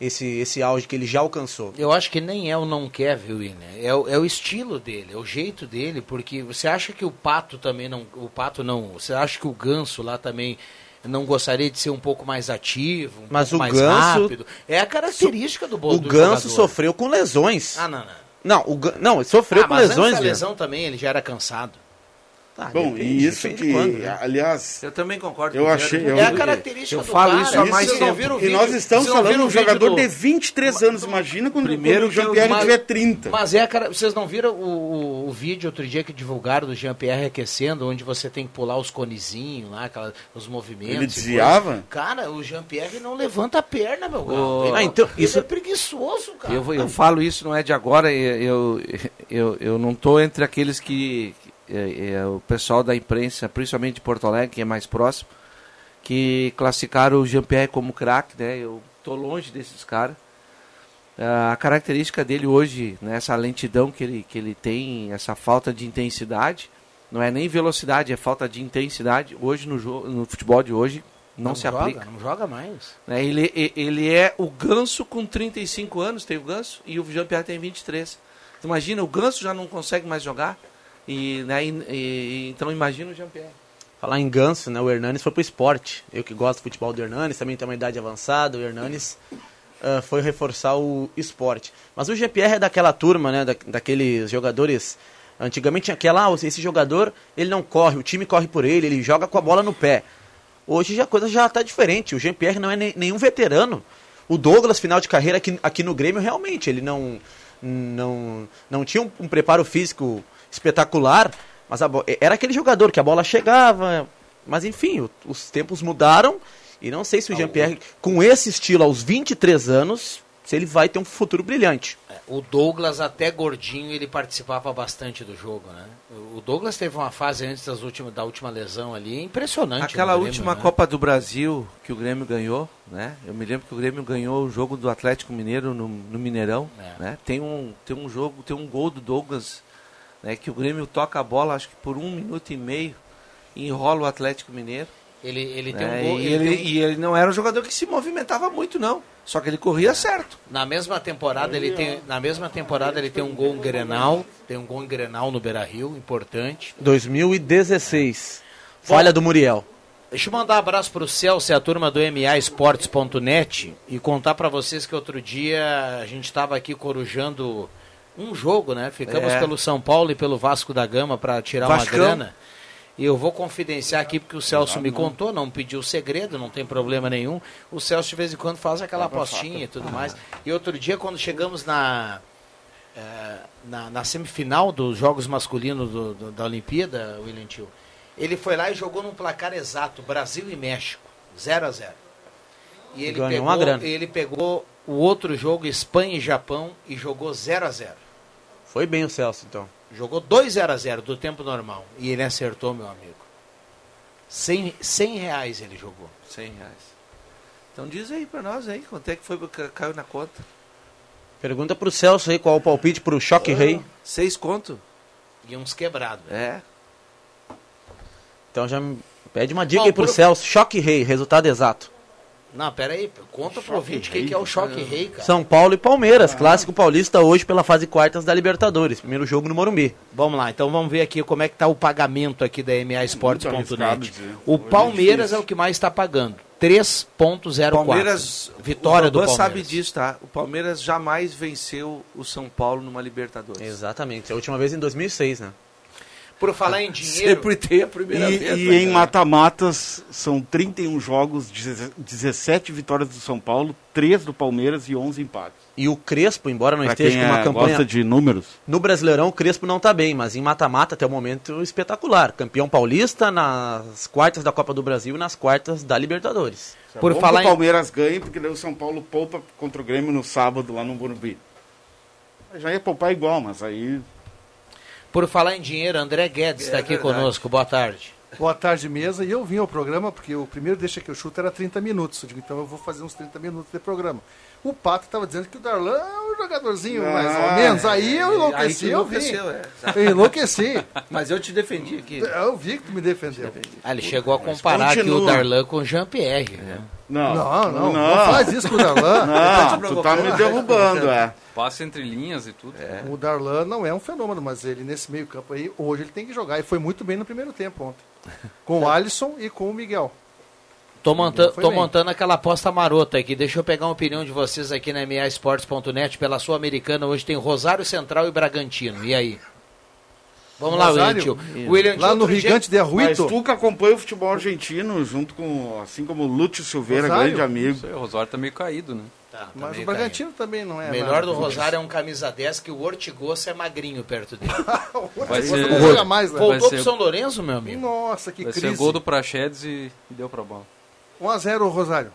Speaker 9: esse, esse auge que ele já alcançou.
Speaker 3: Eu acho que nem é o não quer, viu, William? É, o- é o estilo dele, é o jeito dele, porque você acha que o pato também não. O pato não. Você acha que o ganso lá também não gostaria de ser um pouco mais ativo, um
Speaker 9: Mas
Speaker 3: pouco
Speaker 9: o
Speaker 3: mais
Speaker 9: ganso-
Speaker 3: rápido? É a característica do bom
Speaker 9: o
Speaker 3: do
Speaker 9: Ganso
Speaker 3: jogador.
Speaker 9: sofreu com lesões.
Speaker 3: Ah, não, não.
Speaker 9: Não, o Gan- não, ele sofreu
Speaker 3: Ah,
Speaker 9: com
Speaker 3: mas antes
Speaker 9: lesões,
Speaker 3: da
Speaker 9: velho.
Speaker 3: lesão também ele já era cansado.
Speaker 9: Tá,
Speaker 8: Bom,
Speaker 9: depende,
Speaker 8: e isso
Speaker 9: depende
Speaker 8: que,
Speaker 9: de quando,
Speaker 3: é
Speaker 9: né?
Speaker 8: aliás,
Speaker 4: Eu também concordo
Speaker 8: Eu
Speaker 4: com o
Speaker 8: achei-
Speaker 4: Jair,
Speaker 8: eu-
Speaker 4: porque
Speaker 8: É a
Speaker 3: característica
Speaker 4: Eu
Speaker 3: do
Speaker 4: falo
Speaker 3: cara,
Speaker 4: isso há
Speaker 3: É isso
Speaker 4: mais
Speaker 3: vocês não
Speaker 4: tempo.
Speaker 3: viram o
Speaker 8: e
Speaker 3: vídeo-
Speaker 8: nós estamos
Speaker 3: vocês não
Speaker 8: falando de
Speaker 3: viram
Speaker 8: um
Speaker 3: o vídeo
Speaker 8: jogador
Speaker 3: do-
Speaker 8: de 23 anos. Imagina quando,
Speaker 4: Primeiro
Speaker 8: quando o
Speaker 4: que eu-
Speaker 8: Jean-Pierre
Speaker 3: mas-
Speaker 8: tiver 30.
Speaker 3: Mas é, cara, vocês não viram o, o- o vídeo outro dia que divulgaram do Jean-Pierre aquecendo, onde você tem que pular os conezinhos lá, aquela, os movimentos.
Speaker 8: Ele
Speaker 3: e coisa.
Speaker 8: desviava?
Speaker 3: Cara, o Jean-Pierre não levanta a perna, meu cara.
Speaker 4: Ô,
Speaker 3: Ele,
Speaker 9: Ah, então,
Speaker 3: ele
Speaker 9: isso-
Speaker 3: é preguiçoso, cara.
Speaker 4: Eu, vou- eu falo isso, não é de agora, eu, eu, eu, eu não estou entre aqueles que. eh, eh, o pessoal da imprensa, principalmente de Porto Alegre, que é mais próximo, que classificaram o Jean-Pierre como craque, né? Eu estou longe desses caras. Ah, a característica dele hoje, né, essa lentidão que ele, que ele tem, essa falta de intensidade, não é nem velocidade, é falta de intensidade. Hoje, no, jo- no futebol de hoje, não, se
Speaker 3: joga,
Speaker 4: aplica.
Speaker 3: Não joga mais.
Speaker 4: Né? Ele, e- ele é o Ganso com 35 anos, tem o Ganso, e o Jean-Pierre tem 23. Tu imagina, o Ganso já não consegue mais jogar. E, né, e- e- então imagina o Jean-Pierre.
Speaker 9: Falar em ganso, né? O Hernanes foi pro esporte. Eu que gosto do futebol do Hernanes, também tem uma idade avançada, o Hernanes ah, foi reforçar o esporte. Mas o GPR é daquela turma, né? da- daqueles jogadores. Antigamente tinha aquela, ah, esse jogador ele não corre, o time corre por ele, ele joga com a bola no pé. Hoje já- a coisa já está diferente. O Jean-Pierre não é ne- nenhum veterano. O Douglas, final de carreira aqui, aqui no Grêmio, realmente, ele não, não, não tinha um, um preparo físico espetacular, mas a bo- era aquele jogador que a bola chegava. Mas enfim, o- os tempos mudaram e não sei se o Jean-Pierre, com esse estilo aos 23 anos, se ele vai ter um futuro brilhante.
Speaker 3: É, O Douglas, até gordinho, ele participava bastante do jogo, né? O- O Douglas teve uma fase antes das últimas, da última lesão ali, impressionante.
Speaker 4: Aquela
Speaker 3: no Grêmio,
Speaker 4: última
Speaker 3: né?
Speaker 4: Copa do Brasil que o Grêmio ganhou, né? Eu me lembro que o Grêmio ganhou o jogo do Atlético Mineiro no, no Mineirão,
Speaker 3: É.
Speaker 4: né? Tem um, tem um jogo, tem um gol do Douglas, né? Que o Grêmio toca a bola, acho que por um minuto e meio, e enrola o Atlético Mineiro.
Speaker 3: Ele, ele tem
Speaker 4: né?
Speaker 3: um gol.
Speaker 4: e,
Speaker 3: ele
Speaker 4: ele,
Speaker 3: tem um-
Speaker 4: e ele não era um jogador que se movimentava muito, não. Só que ele corria certo.
Speaker 3: Na mesma temporada ele tem, na mesma temporada ele tem um gol em Grenal, tem um gol em Grenal no Beira-Rio, importante.
Speaker 9: 2016. Falha do Muriel.
Speaker 3: Deixa eu mandar um abraço pro Celso e a turma do MAesportes.net e contar pra vocês que outro dia a gente estava aqui corujando um jogo, né? Ficamos
Speaker 4: É.
Speaker 3: pelo São Paulo e pelo Vasco da Gama pra tirar
Speaker 4: Vascão.
Speaker 3: uma grana. E eu vou confidenciar aqui porque o Celso me contou, não pediu segredo, não tem problema nenhum. O Celso de vez em quando faz aquela apostinha e tudo mais. E outro dia, quando chegamos na, eh, na, na semifinal dos Jogos Masculinos do- do- da Olimpíada, William Tio, ele foi lá e jogou num placar exato, Brasil e México, 0 a 0 E ele
Speaker 9: Ganhou
Speaker 3: pegou,
Speaker 9: uma grana.
Speaker 3: ele pegou o outro jogo, Espanha e Japão, e jogou 0 a 0
Speaker 9: Foi bem o Celso, então.
Speaker 3: Jogou 2 0 a 0 do tempo normal. E ele acertou, meu amigo. 100, 100 reais ele jogou.
Speaker 4: 100 reais. Então diz aí pra nós aí, quanto é que foi que caiu na conta?
Speaker 9: Pergunta pro Celso aí qual o palpite pro
Speaker 4: Ah.
Speaker 9: Choque Rei.
Speaker 4: Seis conto?
Speaker 3: E uns quebrados. né?
Speaker 4: É.
Speaker 9: Então já me pede uma dica
Speaker 3: Bom,
Speaker 9: aí pro
Speaker 3: pro-
Speaker 9: Celso. Choque Rei, resultado exato.
Speaker 3: Não, pera aí. Conta pro ouvinte o que, que é o choque rei, cara.
Speaker 9: São Paulo e
Speaker 4: Ah.
Speaker 9: Palmeiras, clássico paulista hoje pela fase quartas da Libertadores. Primeiro jogo no Morumbi.
Speaker 3: Vamos lá, então vamos ver aqui como é que tá o pagamento aqui da
Speaker 8: Muito arriscado
Speaker 3: MAesportes.net.
Speaker 8: dizer.
Speaker 3: O
Speaker 8: Hoje é
Speaker 3: Palmeiras é,
Speaker 8: difícil.
Speaker 3: o que mais está pagando. 3.04.
Speaker 4: um Palmeiras,
Speaker 3: Vitória
Speaker 4: o
Speaker 3: do Palmeiras.
Speaker 4: Bambam sabe disso, tá? O Palmeiras jamais venceu o São Paulo numa Libertadores.
Speaker 9: Exatamente. A última vez em 2006, né?
Speaker 3: Por falar em dinheiro,
Speaker 4: Sempre tem a primeira
Speaker 8: E,
Speaker 4: vez.
Speaker 8: e
Speaker 4: né,
Speaker 8: em
Speaker 4: cara?
Speaker 8: mata-matas são 31 jogos, 17 vitórias do São Paulo, 3 do Palmeiras e 11 empates.
Speaker 9: E o Crespo, embora não
Speaker 8: Para
Speaker 9: esteja
Speaker 8: quem
Speaker 9: com uma
Speaker 8: é,
Speaker 9: campanha
Speaker 8: gosta de números,
Speaker 9: No Brasileirão, o Crespo não tá bem, mas em mata-mata até o momento espetacular. Campeão paulista nas quartas da Copa do Brasil e nas quartas da Libertadores.
Speaker 3: por
Speaker 8: Vamos
Speaker 3: falar
Speaker 8: que o
Speaker 3: em
Speaker 8: Palmeiras ganhe, porque daí o São Paulo poupa contra o Grêmio no sábado lá no Morumbi. Já ia poupar igual, mas aí
Speaker 3: Por falar em dinheiro, André Guedes está aqui conosco. Boa tarde.
Speaker 6: Boa tarde, mesa. E eu vim ao programa porque o primeiro deixa que eu chuto era 30 minutos. Eu digo, então eu vou fazer uns 30 minutos de programa.
Speaker 10: O Pato estava dizendo que o Darlan é um jogadorzinho
Speaker 4: Ah,
Speaker 10: mais ou menos. Aí eu
Speaker 4: Aí tu
Speaker 10: enlouqueci, eu vi.
Speaker 4: enlouqueceu, é.
Speaker 10: Eu enlouqueci.
Speaker 4: Mas eu te defendi aqui.
Speaker 10: Eu vi que tu me defendeu.
Speaker 3: Ah, ele chegou a comparar aqui o
Speaker 10: continua.
Speaker 3: Darlan com o Jean-Pierre. né?
Speaker 8: Não,
Speaker 10: Não, não, não faz isso com o Darlan.
Speaker 8: Não,
Speaker 10: Ele tá te
Speaker 8: tu tá me
Speaker 10: provocando.
Speaker 8: derrubando, é.
Speaker 7: Passa entre linhas e tudo. É.
Speaker 10: O Darlan não é um fenômeno, mas ele nesse meio campo aí, hoje ele tem que jogar. E foi muito bem no primeiro tempo ontem. Com o Alisson e com o Miguel.
Speaker 3: Tô, monta
Speaker 10: Foi
Speaker 3: tô
Speaker 10: bem.
Speaker 3: montando aquela aposta marota aqui. Deixa eu pegar uma opinião de vocês aqui na MAesportes.net. Pela Sul-Americana, hoje tem Rosário Central e Bragantino. E aí? Vamos lá, William
Speaker 10: Rosário?
Speaker 3: Tio. William
Speaker 10: Lá
Speaker 3: Tio,
Speaker 10: no
Speaker 3: outro dia-
Speaker 10: Gigante de
Speaker 8: Mas
Speaker 10: Arruito,
Speaker 8: tu que acompanha o futebol argentino, junto com, assim como o Lúcio Silveira,
Speaker 10: Rosário?
Speaker 8: grande amigo.
Speaker 7: O Rosário tá meio caído, né?
Speaker 3: Tá,
Speaker 10: mas
Speaker 3: também
Speaker 10: o
Speaker 3: tá aí.
Speaker 10: Bragantino também não é.
Speaker 3: O melhor do
Speaker 10: nada.
Speaker 3: Rosário é um camisa 10 que o Ortigosa é magrinho perto dele.
Speaker 7: Vai ser,
Speaker 10: Não joga mais, né?
Speaker 3: Voltou
Speaker 7: ser-
Speaker 3: pro São Lourenço, meu amigo?
Speaker 10: Nossa, que
Speaker 7: vai ser
Speaker 10: crise.
Speaker 7: gol do Praxedes e, e deu pra bola.
Speaker 10: 1x0 o Rosário.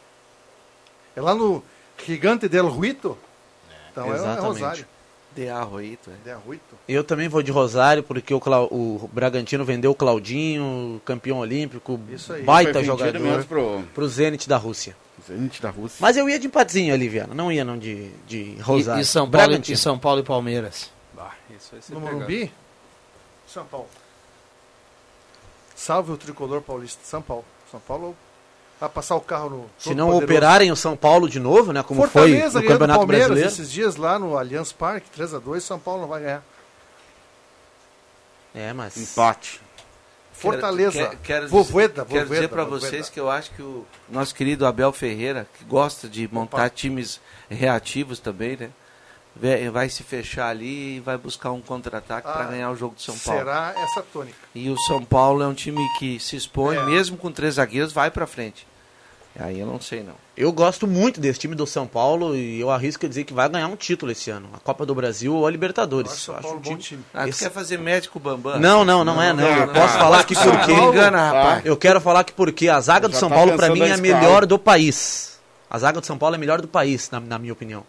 Speaker 10: É lá no Gigante del Ruito. Então é, é
Speaker 9: exatamente.
Speaker 10: Rosário.
Speaker 4: De arroito, é.
Speaker 10: De Arruito.
Speaker 9: Eu também vou de Rosário, porque o, Clau- o Bragantino vendeu o Claudinho, campeão olímpico,
Speaker 10: Isso aí.
Speaker 9: baita
Speaker 8: Foi vendido
Speaker 9: jogador,
Speaker 8: mesmo pro
Speaker 9: pro Zenit da Rússia.
Speaker 8: Zenit da Rússia.
Speaker 9: Mas eu ia de empatezinho ali, Viana. Não ia não de, de Rosário.
Speaker 3: E, e São Paulo, e
Speaker 9: Bragantino.
Speaker 3: São Paulo e Palmeiras.
Speaker 7: Bah, isso vai ser
Speaker 10: No
Speaker 7: pegado.
Speaker 10: Morumbi, São Paulo. Salve o tricolor paulista. São Paulo. São Paulo vai passar o carro no.
Speaker 9: Se
Speaker 10: todo
Speaker 9: não
Speaker 10: poderoso.
Speaker 9: operarem o São Paulo de novo, né? Como
Speaker 10: Fortaleza ganhou
Speaker 9: foi no
Speaker 10: do
Speaker 9: Campeonato
Speaker 10: Palmeiras
Speaker 9: Brasileiro.
Speaker 10: esses dias lá no Allianz Parque, 3x2, São Paulo não vai ganhar.
Speaker 9: É, mas.
Speaker 8: Empate.
Speaker 10: Fortaleza.
Speaker 4: Quero, quero,
Speaker 10: Vovoeda,
Speaker 4: quero
Speaker 10: Vovoeda,
Speaker 4: dizer para
Speaker 10: Vovoeda.
Speaker 4: vocês que eu acho que o nosso querido Abel Ferreira, que gosta de montar times reativos também, né? Vai, vai se fechar ali e vai buscar um contra-ataque para
Speaker 10: Ah,
Speaker 4: ganhar o jogo de São Paulo.
Speaker 10: Será essa tônica?
Speaker 4: E o São Paulo é um time que se expõe,
Speaker 10: É.
Speaker 4: mesmo com três zagueiros, vai para frente. Aí eu não sei não.
Speaker 9: Eu gosto muito desse time do São Paulo e eu arrisco a dizer que vai ganhar um título esse ano. A Copa do Brasil ou a Libertadores.
Speaker 10: Nossa,
Speaker 9: Eu
Speaker 10: São
Speaker 9: acho
Speaker 10: Paulo,
Speaker 9: um
Speaker 10: bom
Speaker 9: time-
Speaker 10: time.
Speaker 4: Ah, tu
Speaker 9: Esse-
Speaker 4: quer fazer médico Bambam?
Speaker 9: Não, não, não é não. Eu posso falar que
Speaker 4: São
Speaker 9: porque.
Speaker 4: Paulo engana, rapaz.
Speaker 9: Eu quero falar que porque a zaga do
Speaker 8: Já
Speaker 9: São
Speaker 8: tá
Speaker 9: Paulo pra
Speaker 8: pensando
Speaker 9: mim é
Speaker 8: na
Speaker 9: a
Speaker 8: escala.
Speaker 9: melhor do país. A zaga do São Paulo é a melhor do país, na, na minha opinião.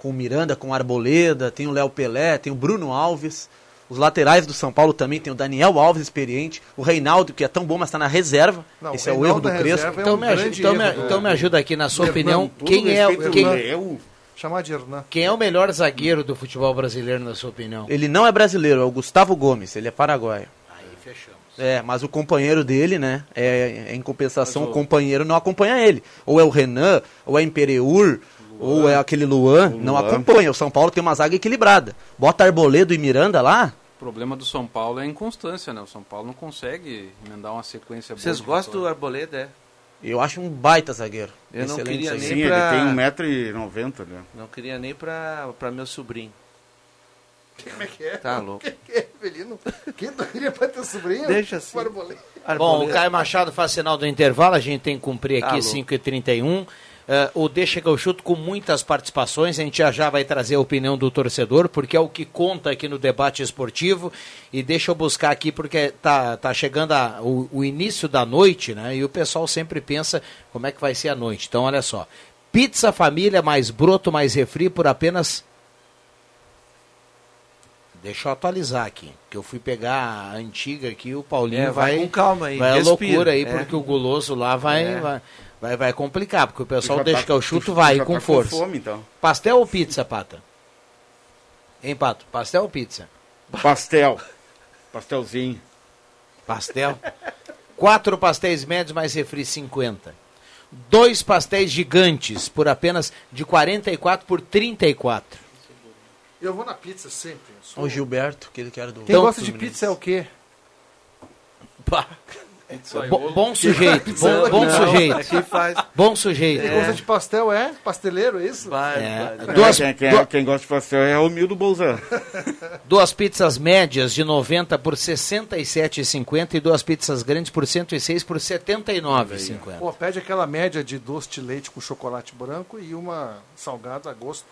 Speaker 9: Com o Miranda, com o Arboleda, tem o Léo Pelé, tem o Bruno Alves. Os laterais do São Paulo também tem o Daniel Alves experiente, o Reinaldo que é tão bom, mas tá na reserva.
Speaker 10: Não,
Speaker 9: Esse
Speaker 10: o
Speaker 9: é o erro
Speaker 10: Reinaldo
Speaker 9: do
Speaker 10: na
Speaker 9: Crespo.
Speaker 10: reserva é
Speaker 3: Então,
Speaker 10: um
Speaker 3: me, aj-
Speaker 10: grande
Speaker 3: então, me,
Speaker 10: erro,
Speaker 3: então me ajuda aqui, na sua opinião,
Speaker 8: todo
Speaker 3: quem é,
Speaker 8: respeito ao
Speaker 3: quem,
Speaker 8: Léo.
Speaker 10: Chamar de Hernan.
Speaker 3: quem é o melhor zagueiro do futebol brasileiro, na sua opinião?
Speaker 9: Ele não é brasileiro, é o Gustavo Gomes, ele é paraguaio.
Speaker 3: Aí fechamos.
Speaker 9: É, mas o companheiro dele, né? É, em compensação, o... companheiro não acompanha ele. Ou é o Renan, ou é Impereur, ou é aquele Luan, não
Speaker 8: Luan.
Speaker 9: acompanha. O São Paulo tem uma zaga equilibrada. Bota Arboledo e Miranda lá.
Speaker 7: O problema do São Paulo é a inconstância, né? O São Paulo não consegue emendar uma sequência boa.
Speaker 4: Vocês
Speaker 7: de
Speaker 4: gostam do
Speaker 7: vitória.
Speaker 4: Arboleda, é?
Speaker 9: Eu acho um baita zagueiro.
Speaker 4: Eu não
Speaker 9: Excelente
Speaker 4: queria
Speaker 9: zagueiro.
Speaker 8: Sim,
Speaker 4: pra-
Speaker 8: ele tem 1,90m, né?
Speaker 4: Não queria nem pra, pra meu sobrinho. Como é que é? Tá louco.
Speaker 10: Evelino, quem tu queria é pra teu sobrinho?
Speaker 4: Deixa assim.
Speaker 10: Arboleda.
Speaker 3: Bom, o
Speaker 4: Arboleda.
Speaker 3: Caio Machado faz sinal do intervalo, a gente tem que cumprir aqui
Speaker 4: Alô.
Speaker 3: 5h31. Eh, o Deixa que eu chuto com muitas participações, a gente já já vai trazer a opinião do torcedor, porque é o que conta aqui no debate esportivo. E deixa eu buscar aqui, porque tá, tá chegando a- o, o início da noite, né? E o pessoal sempre pensa como é que vai ser a noite. Então, olha só. Pizza família mais broto mais refri por apenas Deixa eu atualizar aqui, que eu fui pegar a antiga aqui, o Paulinho
Speaker 4: É, vai
Speaker 3: vai
Speaker 4: com calma aí,
Speaker 3: vai à
Speaker 4: respira,
Speaker 3: loucura aí,
Speaker 4: é.
Speaker 3: porque o guloso lá vai,
Speaker 4: É.
Speaker 3: vai, vai, vai complicar, porque o pessoal
Speaker 8: Já
Speaker 3: deixa
Speaker 8: tá-
Speaker 3: que eu chuto
Speaker 8: tu-
Speaker 3: vai
Speaker 8: já
Speaker 3: com
Speaker 8: tá
Speaker 3: força.
Speaker 8: fome, então.
Speaker 3: Pastel ou pizza, Pata? Hein, Pato? Pastel ou pizza?
Speaker 8: Pastel. Pastelzinho.
Speaker 3: Pastel. Quatro pastéis médios mais refri 50. Dois pastéis gigantes por apenas de 44 por 34.
Speaker 10: Eu vou na pizza sempre. eu sou-
Speaker 9: O Gilberto, que ele que era do.
Speaker 10: Quem
Speaker 3: Então,
Speaker 10: gosta de
Speaker 9: Fluminense.
Speaker 10: pizza é o quê?
Speaker 3: Bo- bom sujeito, bom, bom
Speaker 4: Não,
Speaker 3: sujeito,
Speaker 4: é Quem faz?
Speaker 3: bom sujeito.
Speaker 10: Quem gosta de pastel é? Pasteleiro, é isso?
Speaker 4: Vai,
Speaker 3: É.
Speaker 4: vai.
Speaker 3: Duas-
Speaker 8: quem, quem-
Speaker 3: du-
Speaker 8: quem gosta de pastel é o Mildo Bolzano.
Speaker 3: Duas pizzas médias de 90 por 67,50 e duas pizzas grandes por 106 por 79,50.
Speaker 10: Pô, pede aquela média de doce de leite com chocolate branco e uma salgada a gosto.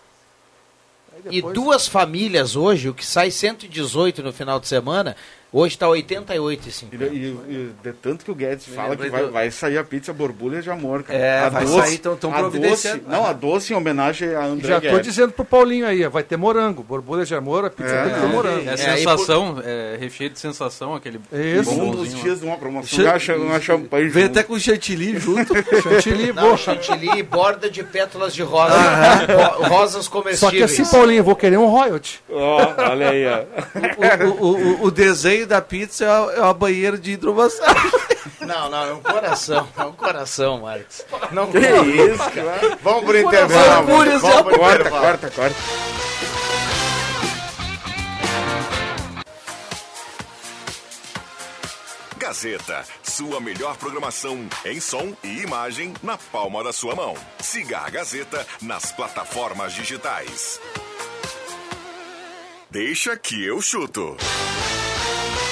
Speaker 10: Aí
Speaker 3: E
Speaker 10: depois-
Speaker 3: duas famílias hoje, o que sai 118 no final de semana, Hoje tá está 88,50.
Speaker 8: E, e- e de tanto que o Guedes fala que vai, vai sair a pizza borbulha de amor, cara.
Speaker 4: É,
Speaker 8: a
Speaker 4: vai sair, tão- tão
Speaker 8: a doce,
Speaker 4: providenciando.
Speaker 8: Não, a doce em homenagem a André
Speaker 10: Já tô
Speaker 8: Guedes.
Speaker 10: dizendo pro Paulinho aí, ó, vai ter morango, borbulha de amor, a pizza
Speaker 8: É,
Speaker 10: tem que ter
Speaker 8: não,
Speaker 10: morango.
Speaker 7: É,
Speaker 3: É, aí
Speaker 7: sensação, é recheio de sensação, aquele
Speaker 10: É Isso.
Speaker 8: Um
Speaker 7: bombonzinho
Speaker 8: dos
Speaker 3: né?
Speaker 7: lá.
Speaker 8: dias de uma promoção,
Speaker 4: Che-
Speaker 8: já chama uma champanhe
Speaker 4: Vem
Speaker 8: junto.
Speaker 4: até com chantilly junto.
Speaker 10: Chantilly,
Speaker 3: Não,
Speaker 10: boa.
Speaker 3: chantilly e borda de pétalas de rosa. Ro- Rosas
Speaker 10: Só que
Speaker 3: comestíveis.
Speaker 10: assim, Paulinho, eu vou querer um royalty.
Speaker 8: Ó, olha aí, ó.
Speaker 4: O, o- o- o desenho da pizza é uma, é uma banheira de hidromassagem.
Speaker 3: Não, não, é um coração. É um coração, Marcos. Não
Speaker 8: Que isso, cara. Um
Speaker 1: Vamos pro intervalo.
Speaker 4: Fúrias,
Speaker 1: Vamos pro
Speaker 8: Corta,
Speaker 1: intervalo.
Speaker 8: corta, corta.
Speaker 1: Gazeta, sua melhor programação em som e imagem na palma da sua mão. Siga a Gazeta nas plataformas digitais. Deixa que eu chuto.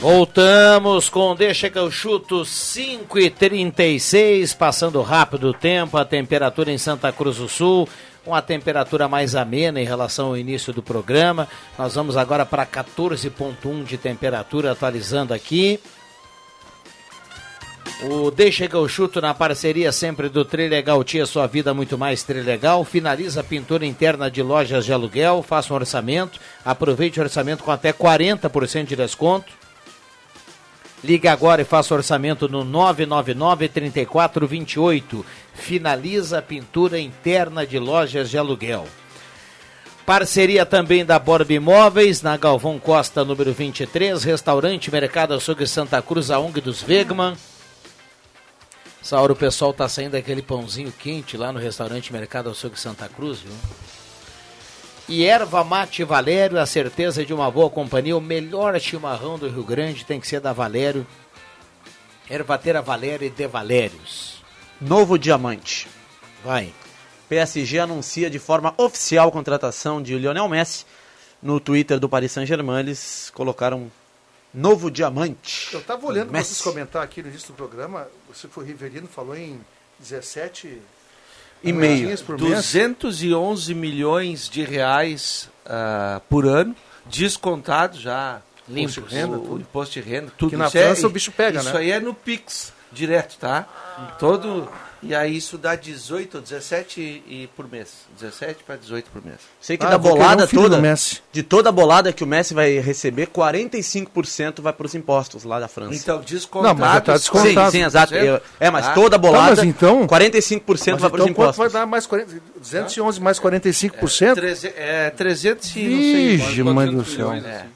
Speaker 3: Voltamos com Deixa que eu chuto 5 e 36 passando rápido o tempo, a temperatura em Santa Cruz do Sul, uma temperatura mais amena em relação ao início do programa. Nós vamos agora para 14,1 de temperatura, atualizando aqui. O Deixa que eu chuto na parceria sempre do Trilegal Tia Sua Vida Muito Mais Trilegal. Finaliza a pintura interna de lojas de aluguel, faça um orçamento, aproveite o orçamento com até 40% de desconto. Ligue agora e faça orçamento no 999-3428. Finaliza a pintura interna de lojas de aluguel. Parceria também da Borba Imóveis, na Galvão Costa, número 23, Restaurante Mercado Açougue Santa Cruz, a ONG dos Vegman. Essa hora o pessoal tá saindo daquele pãozinho quente lá no Restaurante Mercado Açougue Santa Cruz, viu? E erva mate Valério, a certeza de uma boa companhia, o melhor chimarrão do Rio Grande tem que ser da Valério. Ervateira Valério e de Valérios.
Speaker 9: Novo diamante.
Speaker 3: Vai.
Speaker 9: PSG anuncia de forma oficial a contratação de Lionel Messi. No Twitter do Paris Saint-Germain, eles colocaram novo diamante.
Speaker 10: Eu tava olhando pra vocês
Speaker 9: Messi.
Speaker 10: comentar aqui no início do programa, você foi Riverino, falou em 17
Speaker 9: E meio.
Speaker 10: moedinhas assim, por mês.
Speaker 4: 211 milhões de reais ah, por ano, descontado já.
Speaker 3: Limpos.
Speaker 4: Imposto de renda, tudo. imposto de renda, tudo.
Speaker 10: Que na
Speaker 4: Isso é-
Speaker 10: França o bicho pega,
Speaker 4: isso
Speaker 10: né?
Speaker 4: aí é no Pix, direto, tá? Todo... E aí isso dá 18 ou 17 e por mês. 17 para 18 por mês.
Speaker 9: Sei que
Speaker 10: Ah,
Speaker 9: da
Speaker 10: eu vou querer
Speaker 9: bolada
Speaker 10: um filho do
Speaker 9: toda,
Speaker 10: Messi.
Speaker 9: de toda a bolada que o Messi vai receber, 45% vai para os impostos lá da França.
Speaker 4: Então, descontado...
Speaker 10: Não, mas já tá descontado.
Speaker 9: sim, sim, exato. Eu- é, mas toda a bolada,
Speaker 10: Tá, mas então-
Speaker 9: 45% vai para os
Speaker 10: então quanto
Speaker 9: impostos.
Speaker 10: vai dar mais 40, 211 mais 45%?
Speaker 4: Treze- é, 300 e não sei.
Speaker 10: Vige, mãe do
Speaker 7: 400
Speaker 10: céu.
Speaker 7: milhões,
Speaker 9: É.
Speaker 7: assim.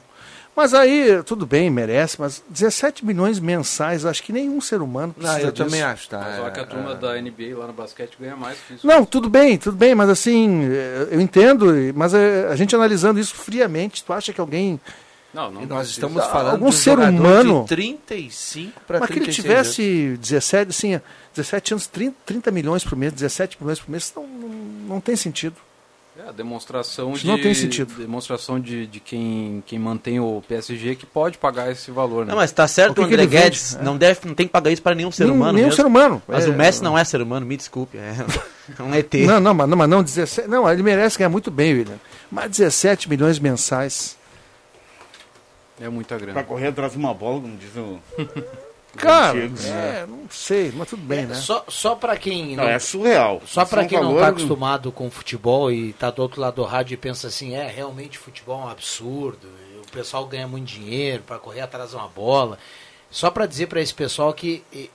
Speaker 10: Mas aí, tudo bem, merece, mas 17 milhões mensais, acho que nenhum ser humano
Speaker 4: Não,
Speaker 10: precisa
Speaker 4: eu
Speaker 10: disso.
Speaker 4: também acho, tá?
Speaker 7: Mas olha que a turma da NBA lá no basquete ganha mais que isso.
Speaker 10: Não, tudo bem, tudo bem, mas assim, eh, eu entendo, e- mas eh, a gente analisando isso friamente, tu acha que alguém.
Speaker 7: Não, não.
Speaker 4: E nós
Speaker 7: precisa.
Speaker 4: estamos falando
Speaker 10: algum
Speaker 4: de um
Speaker 10: ser
Speaker 4: jogador
Speaker 10: humano-
Speaker 4: de 35 para
Speaker 10: Mas que
Speaker 4: 36
Speaker 10: ele tivesse 17, assim, eh, 17 anos, 30, 30 milhões por mês, 17 milhões por mês, isso não, não, não tem sentido.
Speaker 7: É, a demonstração
Speaker 10: Isso
Speaker 7: de.
Speaker 10: não tem sentido.
Speaker 7: Demonstração de, de quem, quem mantém o PSG que pode pagar esse valor, né?
Speaker 9: Não, mas tá certo
Speaker 10: O
Speaker 9: o,
Speaker 10: que que
Speaker 9: André
Speaker 10: ele vende? É.
Speaker 9: Guedes. Não, deve, não tem que pagar isso para nenhum ser
Speaker 10: Nem-
Speaker 9: humano.
Speaker 10: nenhum
Speaker 9: mesmo.
Speaker 10: ser humano.
Speaker 9: Mas
Speaker 10: É.
Speaker 9: o Messi não é ser humano, me desculpe. É, é um ET.
Speaker 10: Não, não, mas não, mas não 17. Não, ele merece ganhar muito bem, William. Mas 17 milhões mensais.
Speaker 7: É muita
Speaker 8: Pra
Speaker 7: grana.
Speaker 8: correr atrás de uma bola, como diz o...
Speaker 10: Cara,
Speaker 8: Antigos,
Speaker 10: é, não sei, mas tudo bem, né?
Speaker 3: Só, só para quem não,
Speaker 8: Não, é surreal. é um
Speaker 3: só pra
Speaker 8: São
Speaker 3: quem não
Speaker 8: valores-
Speaker 3: está acostumado com futebol e tá do outro lado do rádio e pensa assim, é, realmente futebol é um absurdo, e o pessoal ganha muito dinheiro para correr atrás de uma bola. Só para dizer para esse pessoal que e,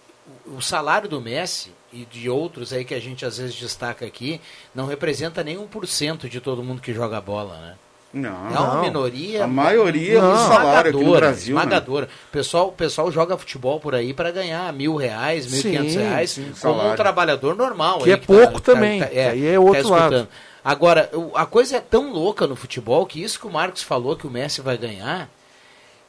Speaker 3: o o salário do Messi e de outros aí que a gente às vezes destaca aqui não representa nem 1% de todo mundo que joga bola, né?
Speaker 8: Não.
Speaker 3: É uma minoria.
Speaker 8: A maioria do
Speaker 10: Não.
Speaker 8: salário aqui no
Speaker 3: esmagadora,
Speaker 8: Brasil. né?
Speaker 3: esmagadora. O, pessoal, o pessoal joga futebol por aí para ganhar mil reais, mil e quinhentos
Speaker 10: Sim,
Speaker 3: reais,
Speaker 10: sim,
Speaker 3: como um
Speaker 8: salário.
Speaker 3: trabalhador normal.
Speaker 10: Que
Speaker 3: aí tá-
Speaker 10: é pouco também, que aí é outro
Speaker 3: escutando.
Speaker 10: lado.
Speaker 3: Agora, o- a coisa é tão louca no futebol que isso que o Marcos falou que o Messi vai ganhar,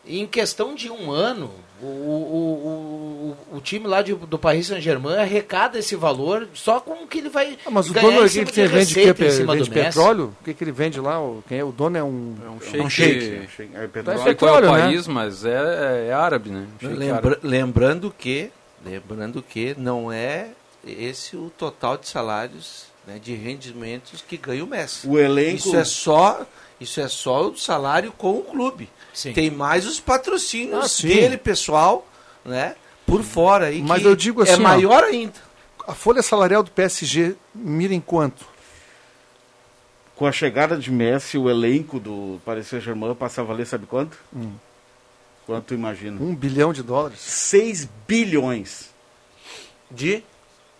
Speaker 3: em questão de um ano, o, o, o, o- o time lá de- do Paris Saint-Germain arrecada esse valor só com o que ele vai
Speaker 10: Ah, mas o
Speaker 3: ganhar
Speaker 10: dono
Speaker 3: em
Speaker 10: que
Speaker 3: cima
Speaker 10: ele
Speaker 3: de
Speaker 10: tem vende,
Speaker 3: receita
Speaker 10: que é,
Speaker 3: em cima
Speaker 10: vende
Speaker 3: do Messi.
Speaker 10: petróleo? O que, que ele vende lá? O, quem é? o dono é um, é um
Speaker 7: shake.
Speaker 8: É
Speaker 7: Não
Speaker 10: Mas
Speaker 7: sei qual é o
Speaker 10: petróleo, né?
Speaker 7: país, mas é, é árabe, né? Achei que
Speaker 4: Lembra-
Speaker 7: árabe.
Speaker 4: lembrando que, lembrando que não é esse o total de salários, né, de rendimentos que ganha o Messi.
Speaker 8: O elenco-
Speaker 4: Isso é só, isso é só o salário com o clube.
Speaker 3: Sim.
Speaker 4: Tem mais os patrocínios
Speaker 10: Ah, sim.
Speaker 4: dele pessoal, né, por fora aí
Speaker 10: Mas
Speaker 4: que
Speaker 10: eu digo
Speaker 4: é
Speaker 10: assim, ó.
Speaker 4: maior ainda.
Speaker 10: A folha salarial do PSG mira em quanto?
Speaker 8: Com a chegada de Messi, o elenco do Paris Saint-Germain passa a valer, sabe quanto?
Speaker 10: Hum.
Speaker 8: Quanto imagina?
Speaker 10: Um bilhão de dólares?
Speaker 8: 6 bilhões
Speaker 9: De?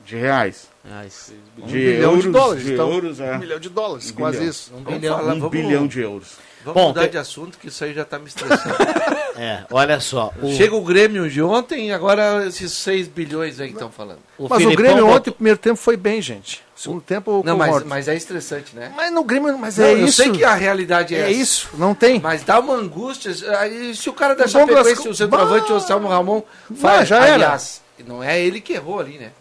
Speaker 8: de reais.
Speaker 9: Ah, isso.
Speaker 10: Um
Speaker 8: De
Speaker 10: bilhão
Speaker 8: euros,
Speaker 10: de dólares,
Speaker 8: de
Speaker 10: então.
Speaker 8: euros, é.
Speaker 10: Um bilhão de dólares,
Speaker 8: Um
Speaker 10: quase
Speaker 8: bilhão.
Speaker 10: isso.
Speaker 3: Um
Speaker 4: Vamos
Speaker 3: bilhão.
Speaker 4: falar,
Speaker 8: um
Speaker 4: vamos-
Speaker 8: bilhão de euros.
Speaker 4: Vamos
Speaker 3: Bom,
Speaker 4: mudar
Speaker 3: tem-
Speaker 4: de assunto que isso aí já está me estressando.
Speaker 3: É, olha só. O,
Speaker 4: Chega o Grêmio de ontem, agora esses 6 bilhões aí que estão falando.
Speaker 3: o
Speaker 10: Mas o
Speaker 3: Filipão
Speaker 10: Grêmio
Speaker 3: botou-
Speaker 10: ontem, o primeiro tempo foi bem, gente. O segundo tempo, eu
Speaker 4: Não, mas,
Speaker 10: concordo.
Speaker 4: mas é estressante, né?
Speaker 10: Mas no Grêmio, mas
Speaker 4: Não,
Speaker 10: é
Speaker 4: eu
Speaker 10: isso.
Speaker 4: sei que a realidade é,
Speaker 10: É
Speaker 4: essa.
Speaker 10: isso, não tem.
Speaker 4: Mas dá uma angústia. Aí, se o cara da
Speaker 10: O Douglas
Speaker 4: Chapecoense,
Speaker 10: Co-
Speaker 4: o centroavante,
Speaker 10: Bah!
Speaker 4: o Selmo Ramon,
Speaker 10: Não,
Speaker 4: faz.
Speaker 10: já era.
Speaker 4: Aliás, não é ele que errou ali, né?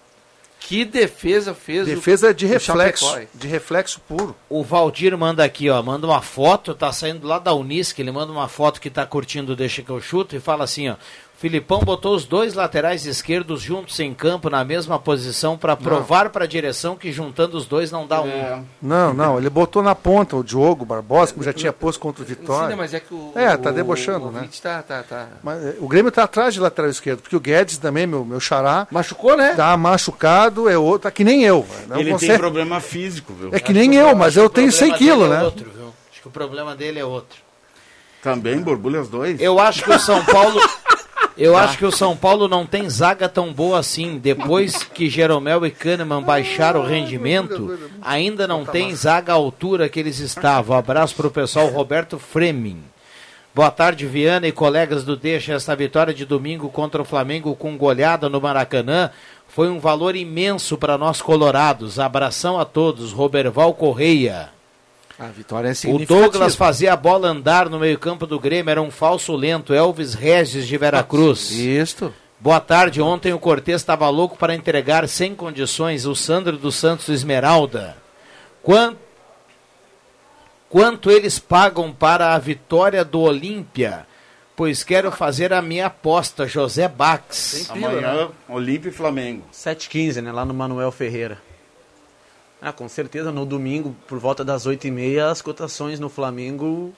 Speaker 4: Que defesa fez
Speaker 10: Defesa de
Speaker 4: o
Speaker 10: reflexo,
Speaker 4: Chapecó, hein?
Speaker 10: de reflexo puro.
Speaker 3: O Valdir manda aqui, ó, manda uma foto, tá saindo lá da Unisc, ele manda uma foto que tá curtindo o Deixa que eu chuto e fala assim, ó, Filipão botou os dois laterais esquerdos juntos em campo na mesma posição pra provar pra direção que juntando os dois não dá um.
Speaker 10: Não, não, ele botou na ponta o Diogo Barbosa, como já tinha posto contra o
Speaker 4: o... Sim, né,
Speaker 10: Vitória.
Speaker 4: mas é que o.
Speaker 10: É, tá
Speaker 4: o-
Speaker 10: debochando,
Speaker 4: o
Speaker 10: né?
Speaker 4: ouvinte Tá, tá, tá.
Speaker 10: Mas, é, o Grêmio tá atrás de lateral esquerdo, porque o Guedes também, meu, meu xará,
Speaker 4: Machucou, né?
Speaker 10: tá machucado, é outro, tá que nem eu. Não
Speaker 8: Ele tem
Speaker 10: consegue-
Speaker 8: problema físico, viu?
Speaker 10: É que nem eu, mas eu tenho 100 quilos, né?
Speaker 3: é Acho que o problema dele é outro.
Speaker 8: Também borbulha os dois.
Speaker 3: Eu acho que o São Paulo. Eu acho que o São Paulo não tem zaga tão boa assim. Depois que Jeromel e Kahneman baixaram o rendimento, ainda não tem zaga à altura que eles estavam. Abraço pro pessoal Roberto Freming. Boa tarde, Viana e colegas do Deixa. Esta vitória de domingo contra o Flamengo com goleada no Maracanã foi um valor imenso para nós colorados. Abração a todos. Roberval Correia.
Speaker 4: A vitória é
Speaker 3: O
Speaker 4: significativa.
Speaker 3: Douglas fazia a bola andar no meio-campo do Grêmio, era um falso lento. Elvis Regis de Veracruz.
Speaker 4: Isso.
Speaker 3: Boa tarde, ontem o Cortez estava louco para entregar sem condições o Sandro dos Santos Esmeralda. Quanto, quanto eles pagam para a vitória do Olímpia? Pois quero fazer a minha aposta, José Bax.
Speaker 8: Amanhã,
Speaker 10: né?
Speaker 8: Olímpia e Flamengo.
Speaker 9: 7h15, né? Lá no Manuel Ferreira. Ah, com certeza, no domingo, por volta das 8h30, as cotações no Flamengo,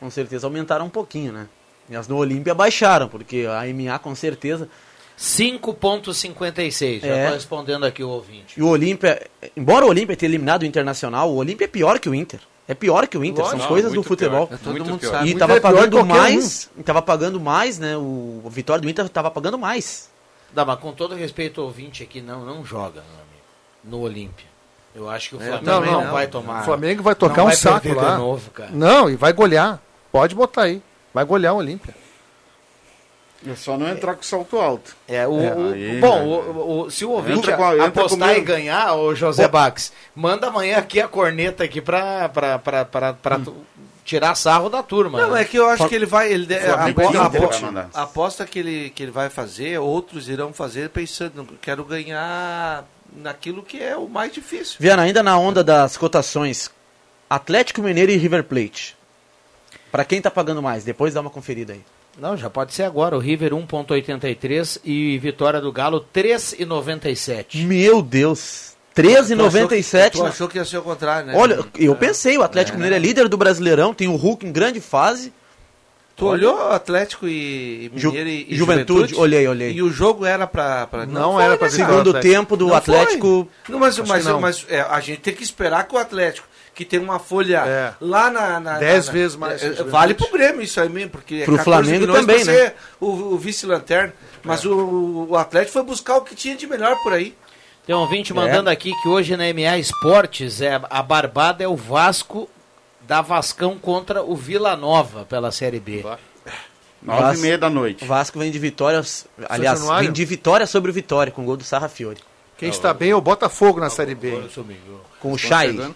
Speaker 9: com certeza, aumentaram um pouquinho, né? E as no Olímpia baixaram, porque a MA, com certeza...
Speaker 3: 5,56. Já
Speaker 9: É.
Speaker 3: estou respondendo aqui o ouvinte.
Speaker 9: E o Olímpia, embora o Olímpia tenha eliminado o Internacional, o Olímpia é pior que o Inter. É pior que o Inter, são
Speaker 7: Não,
Speaker 9: coisas do
Speaker 7: muito
Speaker 9: futebol.
Speaker 7: pior. É
Speaker 4: Todo
Speaker 7: Muito
Speaker 4: mundo
Speaker 7: pior.
Speaker 4: sabe.
Speaker 9: E
Speaker 4: Muito
Speaker 9: tava
Speaker 10: pior que
Speaker 9: pagando
Speaker 10: qualquer
Speaker 9: mais, e tava pagando mais, né? O a vitória do Inter tava pagando mais.
Speaker 3: Dá, mas com todo respeito ao ouvinte aqui, não, não joga, meu amigo, no Olímpia. Eu acho
Speaker 4: É,
Speaker 3: que o Flamengo não,
Speaker 10: também não.
Speaker 3: vai tomar.
Speaker 10: O Flamengo vai tocar
Speaker 3: não
Speaker 10: um
Speaker 3: vai
Speaker 10: saco
Speaker 3: perder
Speaker 10: lá.
Speaker 3: de novo, cara.
Speaker 10: Não, e vai golear. Pode botar aí. Vai golear o Olímpia.
Speaker 8: É só não entrar com salto alto.
Speaker 3: É, o, o-
Speaker 8: aí,
Speaker 3: bom,
Speaker 8: né?
Speaker 3: o- o- se o ouvinte
Speaker 8: Entra com a- entra
Speaker 3: apostar
Speaker 8: comigo.
Speaker 3: e ganhar, o José Bax, manda amanhã aqui a corneta aqui pra, pra, pra, pra, pra tu- tirar sarro da turma.
Speaker 4: Hum. Não,
Speaker 3: né?
Speaker 4: é que eu acho que ele vai. Ele, a, apo-
Speaker 8: Flamengo e
Speaker 4: a
Speaker 8: Inter
Speaker 4: apo-
Speaker 8: vai mandar.
Speaker 4: a aposta que ele, que ele vai fazer, outros irão fazer pensando, quero ganhar naquilo que é o mais difícil.
Speaker 9: Viana, ainda na onda das cotações, Atlético Mineiro e River Plate. Pra quem tá pagando mais? Depois dá uma conferida aí.
Speaker 3: Não, já pode ser agora. O River 1.83 e vitória do Galo 3.97.
Speaker 9: Meu Deus,
Speaker 4: Tu achou, que- tu
Speaker 9: 13,97.
Speaker 4: achou que ia ser o contrário, né?
Speaker 9: Olha, eu pensei, o Atlético Mineiro é líder do Brasileirão, tem o Hulk em grande fase.
Speaker 4: Tu olhou Atlético e e
Speaker 9: Ju-
Speaker 4: Mineiro e, e
Speaker 9: Juventude? Olhei, olhei.
Speaker 4: E o jogo era pra. pra...
Speaker 10: Não era pra
Speaker 4: cara?
Speaker 10: segundo
Speaker 9: Segundo tempo do
Speaker 4: Não foi.
Speaker 9: Atlético.
Speaker 4: Não, mas mas,
Speaker 10: que não.
Speaker 4: mas é, a gente tem que esperar que o Atlético, que tem uma folha
Speaker 10: É.
Speaker 4: lá na. na-
Speaker 10: Dez
Speaker 4: na-
Speaker 10: vezes mais
Speaker 4: é,
Speaker 10: que o Juventude.
Speaker 4: vale pro Grêmio isso aí mesmo, porque. é
Speaker 9: Pro
Speaker 4: 14
Speaker 9: Flamengo
Speaker 4: milhões
Speaker 9: também,
Speaker 4: pra
Speaker 9: né?
Speaker 4: ser O, o vice-lanterna. Mas
Speaker 10: É.
Speaker 4: o, o Atlético foi buscar o que tinha de melhor por aí.
Speaker 3: Tem um
Speaker 4: É.
Speaker 3: ouvinte mandando aqui que hoje na MA Esportes é, a barbada é o Vasco da Vascão contra o Vila Nova pela Série B.
Speaker 8: Nove
Speaker 9: Vasco-
Speaker 8: e meia da
Speaker 9: O
Speaker 8: noite.
Speaker 9: Vasco vem de vitórias, aliás,
Speaker 10: Januário?
Speaker 9: vem de vitória sobre o
Speaker 4: Ah,
Speaker 9: Vitória, com o gol do Sarra Fiore.
Speaker 10: Quem está bem é o Botafogo na Série B.
Speaker 3: Subiu.
Speaker 9: Com o Chay.
Speaker 4: é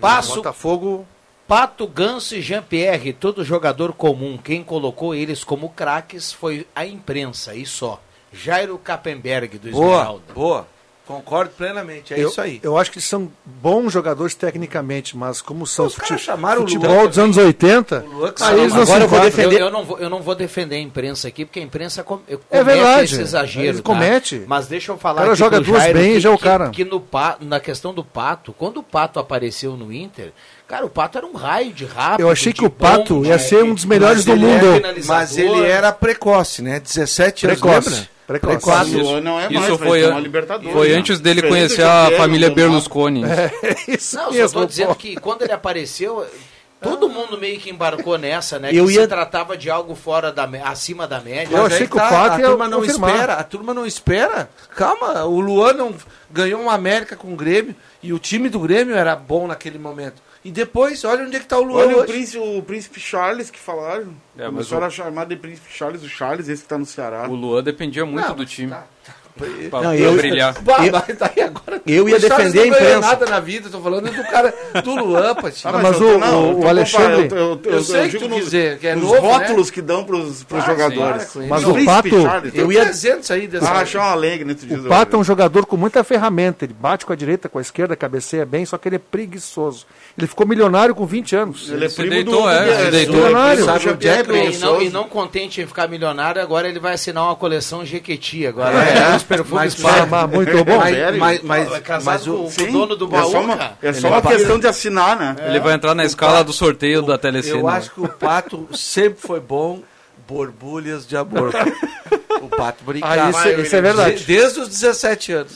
Speaker 3: Passo,
Speaker 10: Botafogo.
Speaker 3: Pato, Ganso e Jean-Pierre, todo jogador comum. Quem colocou eles como craques foi a imprensa, e só. Jairo Kappenberg, do
Speaker 4: Boa,
Speaker 3: Esmeralda.
Speaker 4: boa. Concordo plenamente, é
Speaker 10: eu,
Speaker 4: isso aí.
Speaker 10: Eu acho que eles são bons jogadores tecnicamente, mas como são
Speaker 4: Os
Speaker 10: fute-
Speaker 4: caras chamaram o
Speaker 10: futebol
Speaker 4: Luan
Speaker 10: dos anos 80,
Speaker 4: O Luan que
Speaker 10: aí
Speaker 4: saiu.
Speaker 10: eles não
Speaker 3: Agora
Speaker 10: se
Speaker 3: eu vou
Speaker 10: enquadram.
Speaker 3: defender. Eu, eu não vou, eu não vou defender a imprensa aqui, porque a imprensa com, eu comete
Speaker 10: É verdade,
Speaker 3: esse exagero.
Speaker 10: ele comete.
Speaker 3: tá? Mas deixa eu falar
Speaker 10: O cara
Speaker 3: aqui
Speaker 10: joga
Speaker 3: do
Speaker 10: duas
Speaker 3: Jairo
Speaker 10: bem e
Speaker 3: que-
Speaker 10: já é o
Speaker 3: que-
Speaker 10: cara.
Speaker 3: Que no, Pa- na questão do Pato, quando o Pato apareceu no Inter, cara, o Pato era um raio de rápido.
Speaker 10: Eu achei
Speaker 3: de
Speaker 10: que o
Speaker 3: bom,
Speaker 10: Pato
Speaker 3: de-
Speaker 10: ia ser um dos melhores
Speaker 3: mas
Speaker 10: do
Speaker 3: ele é
Speaker 10: mundo.
Speaker 3: finalizador.
Speaker 4: Mas ele
Speaker 9: é
Speaker 4: era precoce, né? 17 anos,
Speaker 10: Precoce.
Speaker 4: lembra?
Speaker 10: Precoce.
Speaker 4: precoce.
Speaker 8: Luan não é
Speaker 7: Isso
Speaker 8: mais, vai
Speaker 7: foi
Speaker 8: tomar
Speaker 7: an-
Speaker 8: Libertadores,
Speaker 7: Foi
Speaker 8: né?
Speaker 7: antes dele
Speaker 8: Fez o
Speaker 7: conhecer
Speaker 8: que
Speaker 7: a
Speaker 8: quer,
Speaker 7: família
Speaker 8: não deu nada.
Speaker 7: Berlusconi. né?
Speaker 4: É.
Speaker 10: Isso
Speaker 3: Não, eu só
Speaker 10: mesmo,
Speaker 3: tô dizendo
Speaker 10: pô.
Speaker 3: que quando ele apareceu, todo mundo meio que embarcou nessa, né?
Speaker 9: Eu
Speaker 3: que se
Speaker 9: ia-
Speaker 3: tratava de algo fora da me- acima da média.
Speaker 10: Eu
Speaker 4: Mas é
Speaker 10: achei
Speaker 4: aí tá,
Speaker 10: que o Pato
Speaker 4: a
Speaker 10: ia
Speaker 4: turma não
Speaker 10: confirmar.
Speaker 4: espera, a turma não espera. Calma, o Luan não ganhou uma América com o Grêmio e o time do Grêmio era bom naquele momento. E depois, olha onde é que tá o Luan
Speaker 8: Olha o
Speaker 4: hoje.
Speaker 8: príncipe, o príncipe Charles que falaram.
Speaker 7: É, mas
Speaker 8: Começaram
Speaker 7: o-
Speaker 8: a chamar de príncipe Charles, o Charles, esse que tá no Ceará.
Speaker 7: O Luan dependia muito do time.
Speaker 4: tá,
Speaker 7: Pra, pra
Speaker 9: Não, eu-
Speaker 7: brilhar.
Speaker 4: Bah,
Speaker 9: Eu-
Speaker 4: mas daí agora-
Speaker 9: eu ia
Speaker 4: o Charles
Speaker 9: defender
Speaker 4: não
Speaker 9: a
Speaker 4: ganhou
Speaker 9: imprensa.
Speaker 4: nada na vida, tô falando do cara do Luan, Patinho.
Speaker 8: Ah,
Speaker 10: mas
Speaker 8: eu tô-
Speaker 10: o- o-
Speaker 8: eu tô
Speaker 10: o
Speaker 8: compa-
Speaker 10: Alexandre-
Speaker 8: Eu, eu, eu,
Speaker 4: Eu sei que
Speaker 8: digo
Speaker 4: tu
Speaker 8: nos-
Speaker 4: quis dizer que é
Speaker 8: nos
Speaker 4: novo, né?
Speaker 8: rótulos que dão pros, pros jogadores.
Speaker 4: sim, claro,
Speaker 10: Mas
Speaker 8: Não,
Speaker 10: o
Speaker 8: príncipe
Speaker 10: Pato-
Speaker 8: Charles,
Speaker 4: Eu
Speaker 8: eu
Speaker 4: ia dizendo isso aí dessa.
Speaker 8: ah, achei uma alegre, né? Tu diz,
Speaker 10: O Pato é um jogador com muita ferramenta. Ele bate com a direita, com a esquerda, cabeceia bem, só que ele é preguiçoso. Ele ficou milionário com 20 anos.
Speaker 8: Ele é
Speaker 7: Se
Speaker 8: primo
Speaker 7: deitou,
Speaker 8: do...
Speaker 7: é, se
Speaker 8: do-
Speaker 7: deitou.
Speaker 10: Milionário.
Speaker 8: Sabe o Jack
Speaker 3: E não, e
Speaker 8: preguiçoso.
Speaker 3: não contente em ficar milionário, agora ele vai assinar uma coleção Jequiti agora.
Speaker 4: É,
Speaker 3: Os perfumes
Speaker 4: mas-
Speaker 10: Ah,
Speaker 3: Pato.
Speaker 10: mas muito bom.
Speaker 4: mas, mas, mas,
Speaker 3: É casado
Speaker 4: mas
Speaker 3: com
Speaker 4: o,
Speaker 3: o dono do
Speaker 8: É
Speaker 3: baú,
Speaker 8: só uma,
Speaker 3: cara.
Speaker 8: é só
Speaker 4: Ele
Speaker 8: uma
Speaker 4: vai-
Speaker 8: questão de assinar, né?
Speaker 7: Ele vai entrar na escala do sorteio da né? Telecena.
Speaker 4: eu acho que o Pato sempre foi bom, borbulhas de amor. o Pato brincava.
Speaker 10: Ah, isso- isso é verdade.
Speaker 4: De- Desde os 17 anos.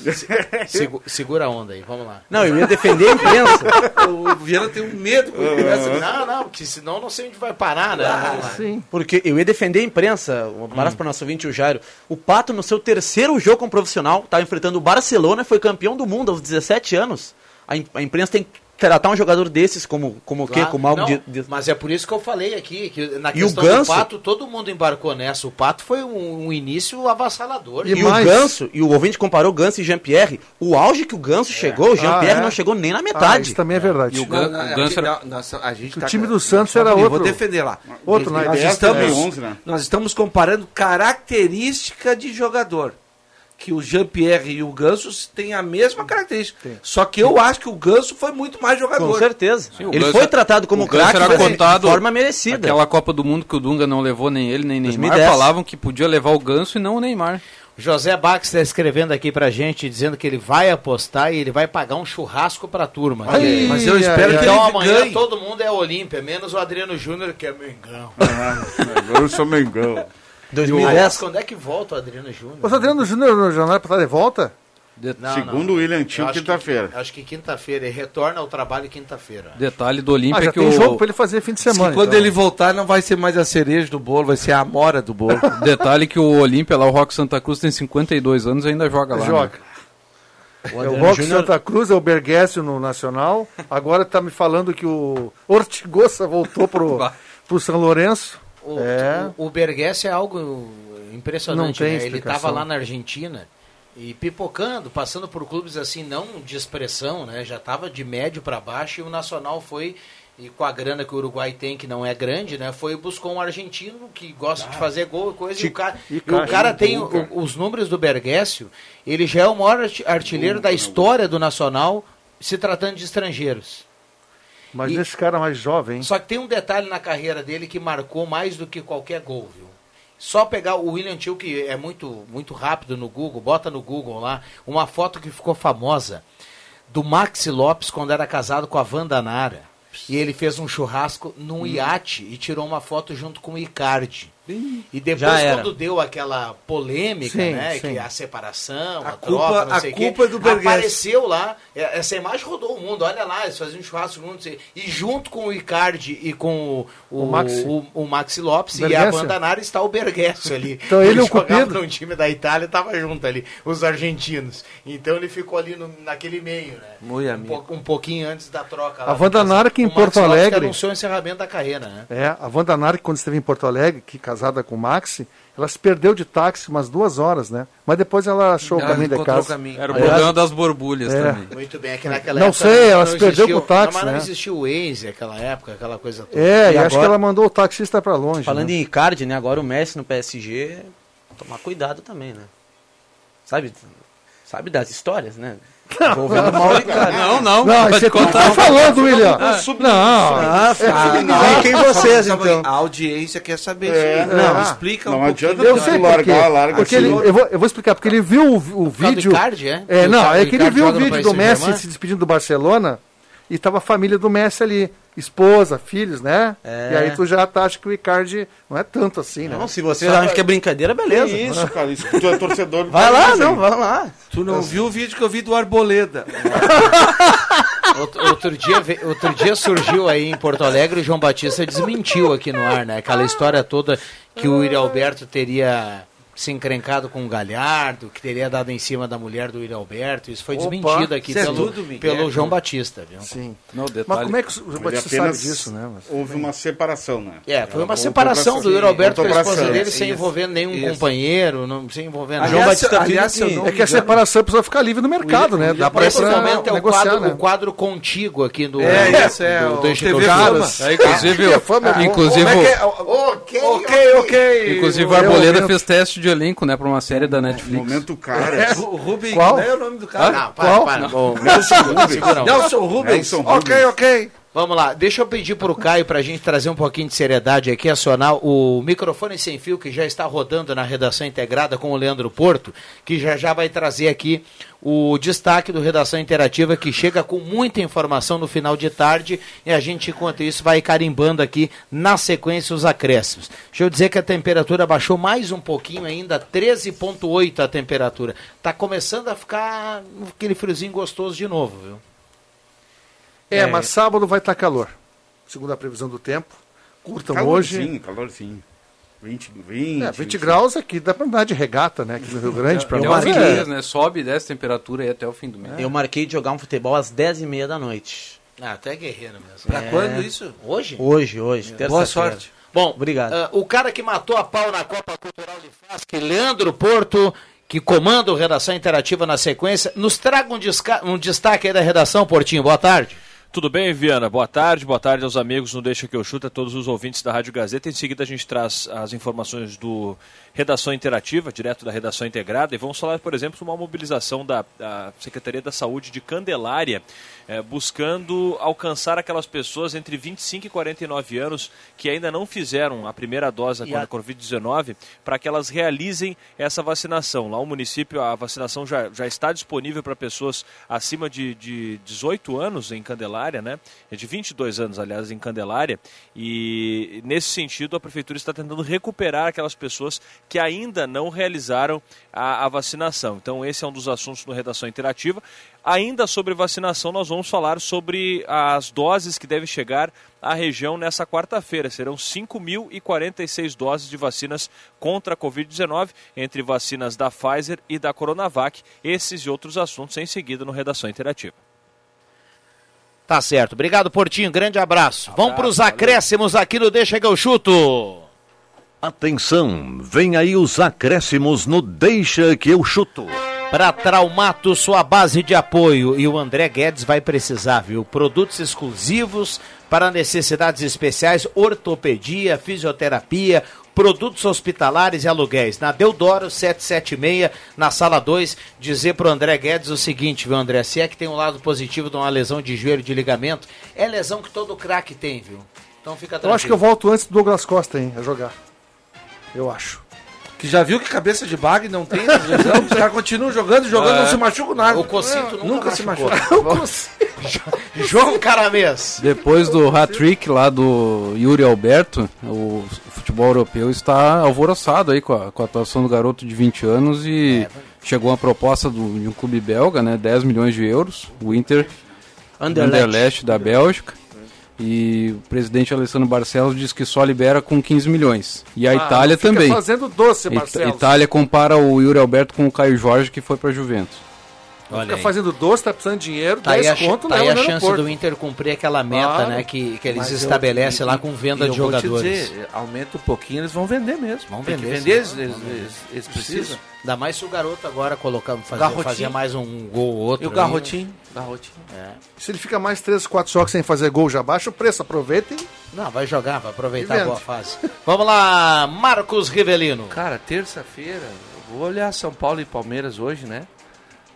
Speaker 3: Segu- segura a onda aí, vamos lá.
Speaker 9: Não,
Speaker 10: é
Speaker 9: eu ia defender a imprensa.
Speaker 4: O Viana tem um medo quando
Speaker 7: Uhum.
Speaker 4: começa a
Speaker 3: Não, não, porque senão não sei onde vai parar, né? Vamos lá.
Speaker 10: Sim.
Speaker 9: Porque eu ia defender a imprensa, um
Speaker 4: Hum.
Speaker 9: abraço para o nosso ouvinte, o Jairo. O Pato, no seu terceiro jogo como profissional, estava enfrentando o Barcelona, foi campeão do mundo aos 17 anos. A, im- a imprensa tem que tratar um jogador desses como, como o quê?
Speaker 3: Claro.
Speaker 9: Como algo
Speaker 3: Não,
Speaker 9: de, de-
Speaker 3: Mas é por isso que eu falei aqui, que na
Speaker 9: E o
Speaker 3: questão do
Speaker 9: Ganso?
Speaker 3: Pato, todo mundo embarcou nessa. O Pato foi um, um início avassalador.
Speaker 10: E
Speaker 9: E
Speaker 10: mais?
Speaker 9: o Ganso, e o ouvinte comparou Ganso e Jean-Pierre, o auge que o Ganso chegou, o Jean-Pierre
Speaker 10: Ah, é?
Speaker 9: não chegou nem na
Speaker 10: Ah,
Speaker 9: metade.
Speaker 10: isso também é verdade.
Speaker 7: E o Gan-
Speaker 4: Não, não,
Speaker 7: o Ganso
Speaker 4: a gente-
Speaker 7: era-
Speaker 4: não, nós- a gente
Speaker 10: O
Speaker 4: tá-
Speaker 10: time do Santos
Speaker 4: só um
Speaker 10: era
Speaker 4: pouquinho,
Speaker 10: outro-
Speaker 4: Vou defender lá.
Speaker 10: outro, né?
Speaker 4: nós,
Speaker 8: Dez,
Speaker 4: estamos,
Speaker 8: né? Onze, né?
Speaker 4: nós estamos comparando característica de jogador. Que o Jean-Pierre e o Ganso têm a mesma característica. Só que eu acho que o Ganso foi muito mais
Speaker 9: Com
Speaker 4: jogador.
Speaker 9: certeza.
Speaker 7: o
Speaker 9: ele
Speaker 7: Ganso-
Speaker 9: foi tratado como
Speaker 7: o Ganso
Speaker 9: craque,
Speaker 7: era
Speaker 9: mas
Speaker 7: contado-
Speaker 9: de forma merecida.
Speaker 7: Aquela Copa do Mundo que o Dunga não levou nem ele, nem Neymar,
Speaker 9: 2010.
Speaker 7: falavam que podia levar o Ganso e não o Neymar.
Speaker 3: José Bax está escrevendo aqui pra gente, dizendo que ele vai apostar e ele vai pagar um churrasco pra turma.
Speaker 10: Aí,
Speaker 4: Mas eu
Speaker 10: aí,
Speaker 4: espero
Speaker 10: aí.
Speaker 4: que
Speaker 3: Então
Speaker 4: ele
Speaker 3: amanhã
Speaker 4: ganhe.
Speaker 3: todo mundo é Olímpia, menos o Adriano Júnior, que é Mengão.
Speaker 8: Agora eu sou Mengão.
Speaker 9: 2010.
Speaker 3: Aliás, quando é que volta o Adriano Júnior?
Speaker 10: Mas o Adriano Júnior no jornal para estar de volta?
Speaker 3: Não,
Speaker 8: Segundo
Speaker 3: não.
Speaker 8: o William
Speaker 3: Eu
Speaker 8: Tio,
Speaker 3: acho que-
Speaker 8: quinta-feira.
Speaker 3: Acho que quinta-feira, ele retorna ao trabalho quinta-feira.
Speaker 7: Detalhe do
Speaker 10: Ah,
Speaker 7: Olímpia
Speaker 10: já
Speaker 7: que
Speaker 10: tem
Speaker 7: o
Speaker 10: jogo para ele fazer fim de
Speaker 4: Diz que
Speaker 10: semana.
Speaker 4: quando
Speaker 10: então.
Speaker 4: ele voltar, não vai ser mais a cereja do bolo, vai ser a amora do bolo.
Speaker 7: detalhe que o Olímpia lá o Rock Santa Cruz tem 52 anos e ainda joga lá. né?
Speaker 10: joga.
Speaker 9: O
Speaker 10: É o
Speaker 9: Adriano
Speaker 10: Rock
Speaker 9: Júnior-
Speaker 10: Santa Cruz, é o Bergessio no Nacional. Agora tá me falando que o Ortigosa voltou pro, pro São Lourenço.
Speaker 3: O,
Speaker 10: É.
Speaker 3: o, o Bergess é algo
Speaker 10: Não
Speaker 3: impressionante,
Speaker 10: tem
Speaker 3: né? Ele
Speaker 10: explicação.
Speaker 3: estava lá na Argentina e pipocando, passando por clubes assim, não de expressão, né? Já estava de médio para baixo e o Nacional foi, e com a grana que o Uruguai tem, que não é grande, né? Foi e buscou um argentino que gosta de fazer gol e coisa. E o cara, e o cara tem o- os números do Bergessio, ele já é o maior arti- artilheiro da história do Nacional se tratando de estrangeiros.
Speaker 10: Mas
Speaker 3: E-
Speaker 10: esse cara mais jovem, hein?
Speaker 3: Só que tem um detalhe na carreira dele que marcou mais do que qualquer gol, viu? Só pegar o William Tio, que é muito, muito rápido no Google, bota no Google lá, uma foto que ficou famosa do Maxi Lopes quando era casado com a Wanda Nara. E ele fez um churrasco num iate e tirou uma foto junto com o Icardi. E
Speaker 9: já
Speaker 3: depois,
Speaker 9: era.
Speaker 3: quando deu aquela polêmica,
Speaker 10: Sim,
Speaker 3: né?
Speaker 10: sim.
Speaker 3: Que a separação, a,
Speaker 4: A
Speaker 3: troca,
Speaker 4: culpa-
Speaker 3: não
Speaker 4: a
Speaker 3: sei o
Speaker 4: culpa é
Speaker 3: quê,
Speaker 4: do Berghetti.
Speaker 3: apareceu lá, é, essa imagem rodou o mundo, olha lá, eles faziam um churrasco juntos, e e junto com o Icardi e com o, o,
Speaker 10: O Maxi.
Speaker 3: o, o Maxi Lopes e a
Speaker 10: Bergessio.
Speaker 3: Bandanara está o Bergessio ali.
Speaker 10: Então ele é o
Speaker 3: jogava
Speaker 10: cupido.
Speaker 3: no time da Itália, estava junto ali, os argentinos. Então ele ficou ali no- naquele meio, né?
Speaker 4: Muito
Speaker 3: um,
Speaker 4: amigo.
Speaker 3: pou- um pouquinho antes da troca.
Speaker 10: A Wanda Nara que em
Speaker 3: O Maxi
Speaker 10: Porto
Speaker 3: Lopes que
Speaker 10: Alegre-
Speaker 3: anunciou o encerramento da carreira, né?
Speaker 10: É, a Wanda Nark, quando esteve em Porto Alegre, que casada com o Maxi, ela se perdeu de táxi umas duas horas, né? Mas depois ela achou o
Speaker 7: Ela
Speaker 10: caminho de
Speaker 7: encontrou
Speaker 10: casa.
Speaker 7: o caminho. Era o problema das borbulhas também.
Speaker 3: Muito bem, é que naquela
Speaker 10: Não
Speaker 3: época
Speaker 10: sei, ela se perdeu
Speaker 3: existiu-
Speaker 10: com o táxi,
Speaker 3: Não, mas não
Speaker 10: né?
Speaker 3: existiu o Waze naquela época, aquela coisa toda.
Speaker 10: É, e,
Speaker 9: E
Speaker 10: acho que
Speaker 9: agora-
Speaker 10: ela mandou o taxista pra longe.
Speaker 9: Falando
Speaker 10: né?
Speaker 9: em Icardi, né? Agora o Messi no PSG, tomar cuidado também, né? Sabe, sabe das histórias, né? Envolvendo o Mauro Icardi.
Speaker 7: Não, não,
Speaker 10: Não,
Speaker 7: pode
Speaker 10: você
Speaker 7: contar.
Speaker 10: tá falando, William.
Speaker 4: Ah,
Speaker 10: Não,
Speaker 4: ah, não.
Speaker 9: Fiquem vocês,
Speaker 4: Calma aí,
Speaker 9: então.
Speaker 4: A audiência quer saber.
Speaker 8: É,
Speaker 4: isso aí.
Speaker 10: não.
Speaker 4: explica
Speaker 8: Não
Speaker 4: um
Speaker 8: adianta
Speaker 4: pouquinho.
Speaker 10: eu
Speaker 8: Se
Speaker 10: sei por
Speaker 8: largar,
Speaker 10: quê.
Speaker 8: larga
Speaker 10: Porque
Speaker 8: assim.
Speaker 10: ele, eu, vou, eu vou explicar, porque ele viu o, o
Speaker 3: causa do
Speaker 10: vídeo.
Speaker 3: Icardi, é?
Speaker 10: É,
Speaker 3: Do
Speaker 10: não,
Speaker 3: Icardi-
Speaker 10: é que ele
Speaker 3: Icardi
Speaker 10: viu o
Speaker 3: joga no
Speaker 10: vídeo
Speaker 3: Paris
Speaker 10: do Messi
Speaker 3: Saint-Germain?
Speaker 10: se despedindo do Barcelona e tava a família do Messi ali. Esposa, filhos, né?
Speaker 9: É.
Speaker 10: E aí tu já tá, acha que o Icardi não é tanto assim, né?
Speaker 9: Não, se vocês acham que é brincadeira, beleza.
Speaker 8: Que isso, cara. Isso que tu é torcedor. do
Speaker 9: Vai lá,
Speaker 8: Palmeiras,
Speaker 9: não,
Speaker 8: hein?
Speaker 9: vai lá.
Speaker 4: Tu não viu o vídeo que eu vi do Arboleda.
Speaker 3: Outro, outro dia, ve- outro dia surgiu aí em Porto Alegre, o João Batista desmentiu aqui no ar, né? Aquela história toda que o Yuri Alberto teria se encrencado com o Galhardo, que teria dado em cima da mulher do Yuri Alberto. Isso foi
Speaker 10: Opa,
Speaker 3: desmentido aqui
Speaker 4: isso é
Speaker 3: pelo,
Speaker 4: tudo, Miguel.
Speaker 3: pelo João Batista, viu?
Speaker 10: Sim.
Speaker 7: Não, detalhe.
Speaker 10: Mas como é que o João
Speaker 8: Ele
Speaker 10: Batista sabe
Speaker 8: apenas
Speaker 10: disso, né? Mas-
Speaker 8: Houve uma separação, né?
Speaker 3: É, foi uma
Speaker 8: Voltou
Speaker 3: separação
Speaker 8: pra-
Speaker 3: do Yuri Alberto com
Speaker 8: voltou
Speaker 3: a
Speaker 8: pra
Speaker 3: esposa
Speaker 8: Santos.
Speaker 3: dele, sem envolver nenhum companheiro, não, sem envolver nada.
Speaker 4: Aliás,
Speaker 9: Batista
Speaker 4: aliás,
Speaker 9: Filho
Speaker 4: se eu não
Speaker 10: É que a separação precisa ficar livre no mercado, né? Dá pra
Speaker 3: Nesse
Speaker 10: pra
Speaker 3: momento é o
Speaker 10: negociar,
Speaker 3: quadro,
Speaker 10: né?
Speaker 3: o quadro contigo aqui do,
Speaker 4: É, isso é,
Speaker 3: do,
Speaker 4: o Ah, é
Speaker 3: do
Speaker 7: Então,
Speaker 3: Instituto
Speaker 4: TV Fama.
Speaker 3: Jonas.
Speaker 7: Aí, É, inclusive, o-
Speaker 10: né?
Speaker 7: inclusive, o-
Speaker 4: é?
Speaker 6: Ok,
Speaker 4: ok, ok.
Speaker 7: inclusive o Arboleda é fez teste de elenco, né, pra uma série da Netflix.
Speaker 8: Momento cara.
Speaker 4: O Rubem,
Speaker 10: Qual?
Speaker 7: né?
Speaker 4: qual é o nome do cara?
Speaker 3: Não, para, para. Não.
Speaker 4: Nelson Rubens.
Speaker 8: Nelson
Speaker 4: Ok,
Speaker 8: Rubens.
Speaker 4: ok.
Speaker 3: Vamos lá, deixa eu pedir para o Caio para a gente trazer um pouquinho de seriedade aqui, acionar o microfone sem fio que já está rodando na redação integrada com o Leandro Porto, que já já vai trazer aqui o destaque do Redação Interativa, que chega com muita informação no final de tarde e a gente, enquanto isso, vai carimbando aqui na sequência os acréscimos. Deixa eu dizer que a temperatura baixou mais um pouquinho ainda, 13,8 a temperatura. Tá começando a ficar aquele friozinho gostoso de novo, viu?
Speaker 10: É, mas sábado vai estar calor. Segundo a previsão do tempo.
Speaker 4: então,
Speaker 10: Curtam hoje.
Speaker 8: Calorzinho, calorzinho. 20, 20.
Speaker 10: É, 20 graus aqui dá pra andar de regata, né? Aqui no Rio Grande, pra
Speaker 7: Até
Speaker 9: Eu
Speaker 7: o
Speaker 10: nós.
Speaker 7: fim
Speaker 9: marquei.
Speaker 7: do
Speaker 10: É.
Speaker 7: mês, né? Sobe e desce a temperatura aí até o fim do mês.
Speaker 9: Eu marquei de jogar um futebol às 10h30 da noite.
Speaker 3: Ah, até guerreiro mesmo.
Speaker 4: Pra quando isso?
Speaker 3: Hoje?
Speaker 9: Hoje, hoje, terça-feira.
Speaker 4: Boa sorte.
Speaker 3: Bom,
Speaker 9: Obrigado.
Speaker 3: ah, o cara que matou a pau na Copa Cultural de Fasque, Leandro Porto, que comanda o Redação Interativa na sequência, nos traga um, desca- um destaque aí da redação, Portinho. Boa tarde.
Speaker 11: Tudo bem, Viana? Boa tarde, boa tarde aos amigos no Deixa Que Eu Chuto, a todos os ouvintes da Rádio Gazeta. Em seguida a gente traz as informações do Redação Interativa, direto da Redação Integrada, e vamos falar, por exemplo, de uma mobilização da, da Secretaria da Saúde de Candelária, eh, buscando alcançar aquelas pessoas entre 25 e 49 anos que ainda não fizeram a primeira dose
Speaker 3: E
Speaker 11: contra
Speaker 3: a-
Speaker 11: a Covid-19, para que elas realizem essa vacinação. Lá o município, a vacinação já, já está disponível para pessoas acima de, de 18 anos em Candelária, né? É de 22 anos, aliás, em Candelária. E nesse sentido, a prefeitura está tentando recuperar aquelas pessoas que ainda não realizaram a, a vacinação. Então, esse é um dos assuntos no Redação Interativa. Ainda sobre vacinação, nós vamos falar sobre as doses que devem chegar à região nessa quarta-feira. Serão 5.046 doses de vacinas contra a Covid-19, entre vacinas da Pfizer e da Coronavac. Esses e outros assuntos em seguida no Redação Interativa.
Speaker 3: Tá certo. Obrigado, Portinho. Grande abraço. Vamos para os acréscimos aqui no Deixa Que Eu Chuto.
Speaker 1: Atenção, vem aí os acréscimos no Deixa que eu chuto.
Speaker 3: Para Traumato, sua base de apoio. E o André Guedes vai precisar, viu? Produtos exclusivos para necessidades especiais, ortopedia, fisioterapia, produtos hospitalares e aluguéis. Na Deodoro 776, na sala 2, dizer pro André Guedes o seguinte, viu, André? Se é que tem um lado positivo de uma lesão de joelho de ligamento, é lesão que todo craque tem, viu? Então fica tranquilo.
Speaker 10: Eu acho que eu volto antes do Douglas Costa, hein, a jogar. Eu acho.
Speaker 4: Que já viu que cabeça de bag não tem essa lesão? Os caras continuam jogando, jogando, não se machucam nada.
Speaker 3: O Cocito nunca,
Speaker 4: se
Speaker 3: machucou.
Speaker 4: machuca.
Speaker 3: João Caramês.
Speaker 7: Depois do hat-trick lá do Yuri Alberto, o futebol europeu está alvoroçado aí com a, com a atuação do garoto de 20 anos e chegou uma proposta do- de um clube belga, né, 10 milhões de euros, o Inter
Speaker 9: Anderlecht.
Speaker 7: Anderlecht, da Bélgica. E o presidente Alessandro Barcelos diz que só libera com 15 milhões. E a Itália
Speaker 10: Fica
Speaker 7: também.
Speaker 10: fazendo doce,
Speaker 7: It-
Speaker 10: Marcelo.
Speaker 7: Itália compara o Yuri Alberto com o Caio Jorge que foi para Juventus.
Speaker 10: Não
Speaker 3: Olha
Speaker 10: fica
Speaker 3: aí.
Speaker 10: fazendo doce, tá precisando de dinheiro,
Speaker 3: Tá aí,
Speaker 10: 10
Speaker 3: a, ch-
Speaker 10: conto
Speaker 3: tá aí
Speaker 10: leva
Speaker 3: a
Speaker 10: no
Speaker 3: chance
Speaker 10: aeroporto.
Speaker 3: do Inter cumprir aquela meta,
Speaker 4: Claro.
Speaker 3: né? Que, que eles
Speaker 4: Mas eu-
Speaker 3: estabelecem
Speaker 4: e-
Speaker 3: lá
Speaker 4: e-
Speaker 3: com venda
Speaker 4: e
Speaker 3: de
Speaker 4: eu vou te
Speaker 3: jogadores.
Speaker 4: dizer, aumenta um pouquinho, eles vão vender mesmo.
Speaker 3: Vão
Speaker 4: Tem que
Speaker 3: vender,
Speaker 4: vender, eles,
Speaker 3: sim.
Speaker 4: eles,
Speaker 3: Vão vender.
Speaker 4: eles- eles
Speaker 3: Precisa.
Speaker 4: precisam.
Speaker 3: Ainda mais se o garoto agora colocar, fazer,
Speaker 4: Garrotinho.
Speaker 3: fazer mais um gol ou outro. né?
Speaker 4: E o
Speaker 3: aí.
Speaker 4: Garrotinho? Garrotinho.
Speaker 10: Se ele fica mais 3, 4 jogos sem fazer gol, já baixa o preço, aproveita e...
Speaker 3: Não, vai jogar, vai aproveitar
Speaker 10: E
Speaker 3: a
Speaker 10: vende.
Speaker 3: boa fase. Vamos lá, Marcos Rivelino.
Speaker 4: Cara, terça-feira, eu vou olhar São Paulo e Palmeiras hoje, né?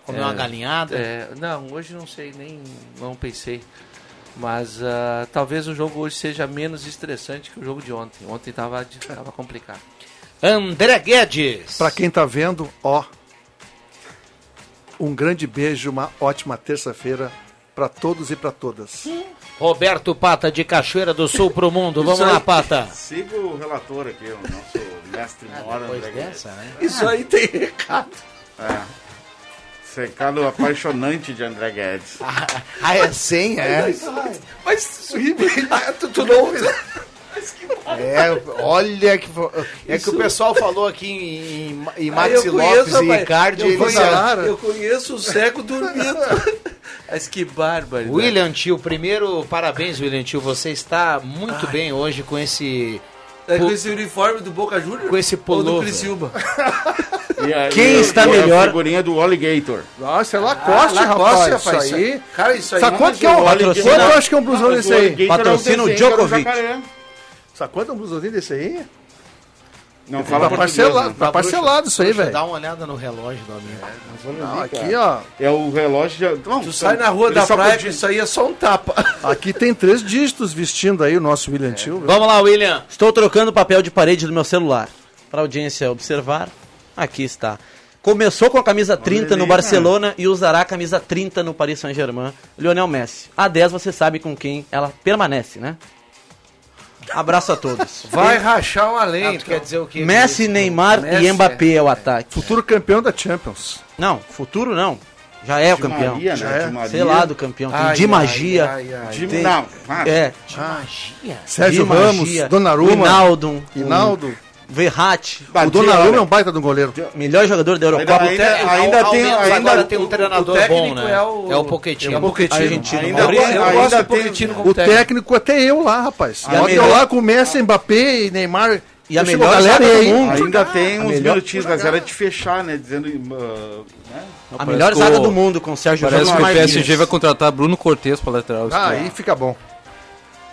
Speaker 3: Comer uma galinhada?
Speaker 4: é, não, hoje não sei, nem não pensei. Mas ah, talvez o jogo hoje seja menos estressante que o jogo de ontem. Ontem tava, de- tava complicado. É.
Speaker 3: André Guedes.
Speaker 10: Pra quem tá vendo, ó. Um grande beijo, uma ótima terça-feira pra todos e pra todas.
Speaker 3: Roberto Pata de Cachoeira do Sul pro mundo. Vamos
Speaker 8: Isso aí.
Speaker 3: lá, Pata.
Speaker 8: Siga o relator aqui, o nosso mestre Mora.
Speaker 3: Ah, depois
Speaker 8: André
Speaker 4: É
Speaker 3: dessa,
Speaker 8: Guedes.
Speaker 3: né? Isso aí
Speaker 4: tem recado.
Speaker 8: É. Esse recado apaixonante de André Guedes.
Speaker 3: Ah, é senha, é?
Speaker 4: Mas tu, tu não.
Speaker 3: É, olha que. É que o pessoal falou aqui em,
Speaker 4: Ah,
Speaker 3: em, em Maxi Lopes e Ricardo.
Speaker 4: eu,
Speaker 3: eles-
Speaker 4: conheço, eu conheço o Seco dormindo. Mas que bárbaro.
Speaker 3: William Tio, primeiro, parabéns, William Tio. Você está muito bem hoje com esse.
Speaker 4: É com
Speaker 3: pu-
Speaker 4: esse uniforme do Boca Júnior?
Speaker 3: Com esse
Speaker 4: Ou do
Speaker 3: pullover.
Speaker 4: Criciúma?
Speaker 8: E aí,
Speaker 3: Quem
Speaker 8: eu-
Speaker 3: está
Speaker 8: eu-
Speaker 3: melhor-
Speaker 8: é A figurinha do Alligator.
Speaker 10: Nossa, é Lacoste,
Speaker 4: Ah,
Speaker 10: rapaz.
Speaker 4: Lacoste,
Speaker 10: Isso,
Speaker 4: rapaz, isso
Speaker 10: aí.
Speaker 4: aí- cara, isso aí
Speaker 10: Sabe quanto
Speaker 4: não
Speaker 10: que é um
Speaker 8: é
Speaker 10: patrocínio?
Speaker 8: original.
Speaker 10: Quanto eu acho que é um blusão
Speaker 8: Mas
Speaker 10: desse
Speaker 8: o
Speaker 10: aí?
Speaker 8: Alligator é um
Speaker 9: Patrocina o
Speaker 8: desenho, era um
Speaker 9: Djokovic.
Speaker 8: jacaré.
Speaker 10: Sabe quanto é um blusãozinho desse aí?
Speaker 8: Não
Speaker 10: Tá
Speaker 8: fala português,
Speaker 10: parcelado,
Speaker 8: né?
Speaker 10: tá parcelado isso aí,
Speaker 3: Deixa eu
Speaker 10: velho.
Speaker 3: Dá uma olhada no relógio do
Speaker 4: É,
Speaker 3: amigo.
Speaker 10: Não, aqui, ó.
Speaker 8: É o relógio. De... Não,
Speaker 4: Tu sai na rua
Speaker 8: ele
Speaker 4: da
Speaker 8: só
Speaker 4: praia,
Speaker 8: podia-
Speaker 4: que isso aí é só um tapa.
Speaker 10: Aqui tem três dígitos vestindo aí o nosso William
Speaker 4: É.
Speaker 10: Tio. viu?
Speaker 3: Vamos lá, William.
Speaker 9: Estou trocando o papel de parede do meu celular. Para a audiência observar, aqui está. Começou com a camisa 30 no
Speaker 8: aí,
Speaker 9: Barcelona e usará a camisa 30 no Paris Saint-Germain. Lionel Messi. A 10 você sabe com quem ela permanece, né? Abraço a todos.
Speaker 4: Vai rachar uma lenha.
Speaker 3: Ah, tu quer dizer o quê?
Speaker 9: Messi, Neymar
Speaker 4: Messi,
Speaker 9: e Mbappé é o ataque.
Speaker 10: Futuro campeão da Champions.
Speaker 9: Não, futuro não. Já é o
Speaker 8: Di
Speaker 9: campeão.
Speaker 8: Maria,
Speaker 10: Já
Speaker 8: né?
Speaker 10: é.
Speaker 8: Di Maria.
Speaker 9: Sei lá do campeão. Tem
Speaker 4: Ai,
Speaker 9: de
Speaker 4: ai,
Speaker 9: magia.
Speaker 4: ai, ai.
Speaker 8: Di-
Speaker 9: tem-
Speaker 8: Não, ah,
Speaker 9: É,
Speaker 3: Magia.
Speaker 10: Sérgio
Speaker 9: Di
Speaker 10: Ramos,
Speaker 9: Magia,
Speaker 10: Donnaruma,
Speaker 9: Rinaldo,
Speaker 10: Rinaldo.
Speaker 9: o Verratti.
Speaker 10: O
Speaker 8: Badia,
Speaker 10: Donnaruma
Speaker 8: olha.
Speaker 10: é um baita de um goleiro.
Speaker 9: Melhor jogador da
Speaker 8: Ainda,
Speaker 9: Eurocopa.
Speaker 8: ainda, ainda
Speaker 3: Ao- ao
Speaker 8: tem,
Speaker 3: menos
Speaker 8: ainda,
Speaker 3: agora tem um treinador bom,
Speaker 4: técnico
Speaker 3: né?
Speaker 4: é o-
Speaker 3: Pochettino.
Speaker 10: É o Pochettino.
Speaker 9: Argentino.
Speaker 8: ainda,
Speaker 4: Maurício,
Speaker 8: tem-
Speaker 4: eu
Speaker 8: ainda
Speaker 4: gosto do
Speaker 8: tem-
Speaker 4: Pochettino como
Speaker 10: O técnico é até eu lá, rapaz.
Speaker 9: a
Speaker 10: Bota eu
Speaker 9: melhor-
Speaker 10: lá com Messi, Mbappé e Neymar.
Speaker 9: E a
Speaker 10: Eu chego,
Speaker 9: melhor
Speaker 10: galera,
Speaker 9: zaga do
Speaker 10: e aí?
Speaker 9: mundo.
Speaker 8: Ainda tem uns
Speaker 9: melhor-
Speaker 8: minutinhos, mas
Speaker 10: é
Speaker 8: era de fechar, né? Dizendo. ah, né?
Speaker 9: A melhor
Speaker 7: Parece
Speaker 9: zaga
Speaker 7: o-
Speaker 9: do mundo com o Sérgio
Speaker 7: Parece
Speaker 9: Ramos. é
Speaker 7: que o
Speaker 9: Marquinhos.
Speaker 7: PSG vai contratar Bruno Cortes para lateral
Speaker 10: Ah,
Speaker 7: esquerdo.
Speaker 10: aí fica bom.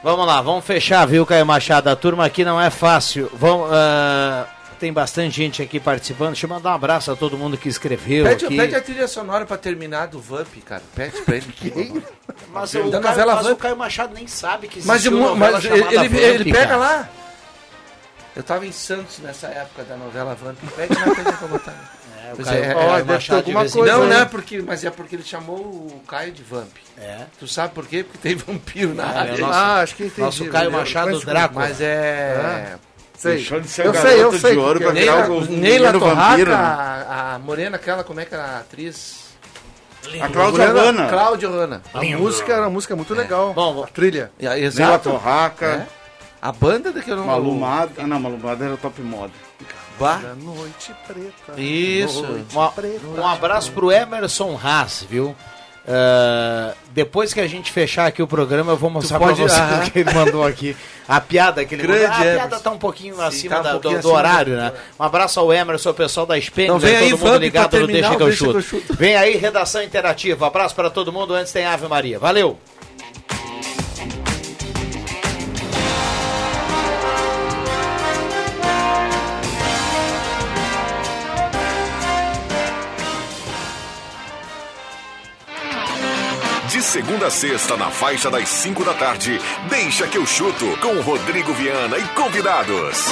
Speaker 3: Vamos lá, vamos fechar, viu, Caio Machado? A turma aqui não é fácil. Vão, ah, tem bastante gente aqui participando. Deixa eu mandar um abraço a todo mundo que escreveu
Speaker 4: Pede,
Speaker 3: aqui.
Speaker 4: pede a trilha sonora pra terminar do Vamp, cara. Pede pra ele.
Speaker 3: Mas,
Speaker 4: Da
Speaker 3: o Caio,
Speaker 4: novela
Speaker 3: mas
Speaker 4: Vamp.
Speaker 3: o Caio Machado nem sabe que
Speaker 4: Mas,
Speaker 3: existe
Speaker 4: de mu-
Speaker 3: uma novela
Speaker 4: mas
Speaker 3: chamada
Speaker 4: ele, ele,
Speaker 3: Vamp,
Speaker 4: ele pega
Speaker 3: cara.
Speaker 4: lá. Eu tava em Santos nessa época da novela Vamp. Pede lá pra ele pra botar.
Speaker 3: É, o
Speaker 4: Pois
Speaker 3: Caio,
Speaker 4: é,
Speaker 3: o
Speaker 4: ó,
Speaker 3: Caio
Speaker 10: deve ter
Speaker 3: Machado de
Speaker 10: alguma
Speaker 3: vez em
Speaker 10: coisa
Speaker 4: Não,
Speaker 3: quando-
Speaker 4: não é porque, mas é porque ele chamou o Caio de Vamp.
Speaker 3: É.
Speaker 4: Tu sabe por quê? Porque tem vampiro na
Speaker 3: É,
Speaker 4: área.
Speaker 3: nossa.
Speaker 10: Ah, acho que entendi.
Speaker 3: Nosso Caio
Speaker 10: Valeu.
Speaker 3: Machado
Speaker 10: Mas-
Speaker 3: Draco. Ah.
Speaker 4: Mas é.
Speaker 10: Sei.
Speaker 8: Deixou de ser
Speaker 10: Eu
Speaker 8: o
Speaker 10: sei, eu
Speaker 8: garoto
Speaker 10: sei.
Speaker 8: de ouro
Speaker 10: que
Speaker 8: pra
Speaker 10: é.
Speaker 8: virar
Speaker 4: Neila,
Speaker 8: o- o
Speaker 4: Neila
Speaker 8: menino
Speaker 4: Torraca,
Speaker 8: vampiro, né?
Speaker 4: a, a morena aquela, como é que era a atriz?
Speaker 8: A Cláudia
Speaker 10: Morena-
Speaker 8: Rana.
Speaker 4: Cláudia Rana.
Speaker 10: A música era uma música muito legal.
Speaker 3: É. Bom,
Speaker 10: a trilha.
Speaker 4: E a-
Speaker 8: Zela
Speaker 4: Exato.
Speaker 8: Torraca,
Speaker 10: É?
Speaker 4: A banda daquele nome.
Speaker 8: Malumada. Ah, não, Malumada era top moda.
Speaker 3: Ah.
Speaker 10: Da noite preta.
Speaker 4: Isso.
Speaker 3: Uma- um abraço pro Emerson Haas, viu? Ah, depois que a gente fechar aqui o programa, eu vou mostrar pra
Speaker 4: pode-
Speaker 3: você
Speaker 4: Aham.
Speaker 3: o que ele mandou aqui. A piada que ele
Speaker 4: Grande
Speaker 3: mandou. Ah, a piada
Speaker 4: Emerson.
Speaker 3: tá um pouquinho
Speaker 4: Sim,
Speaker 3: acima
Speaker 4: tá um
Speaker 3: da- do-
Speaker 4: pouquinho
Speaker 3: do,
Speaker 4: acima
Speaker 3: horário, né? Um abraço ao Emerson, o pessoal da Spengler,
Speaker 4: Então vem aí,
Speaker 3: todo
Speaker 4: Vamp,
Speaker 3: mundo
Speaker 4: pra
Speaker 3: ligado no
Speaker 4: terminar
Speaker 3: Deixa
Speaker 4: o
Speaker 3: que eu
Speaker 4: Deixa que eu
Speaker 3: chuto. Vem aí, redação interativa. Abraço pra todo mundo. Antes tem Ave Maria. Valeu!
Speaker 1: De segunda a sexta, na faixa das 5 da tarde, deixa que eu chuto com Rodrigo Viana e convidados.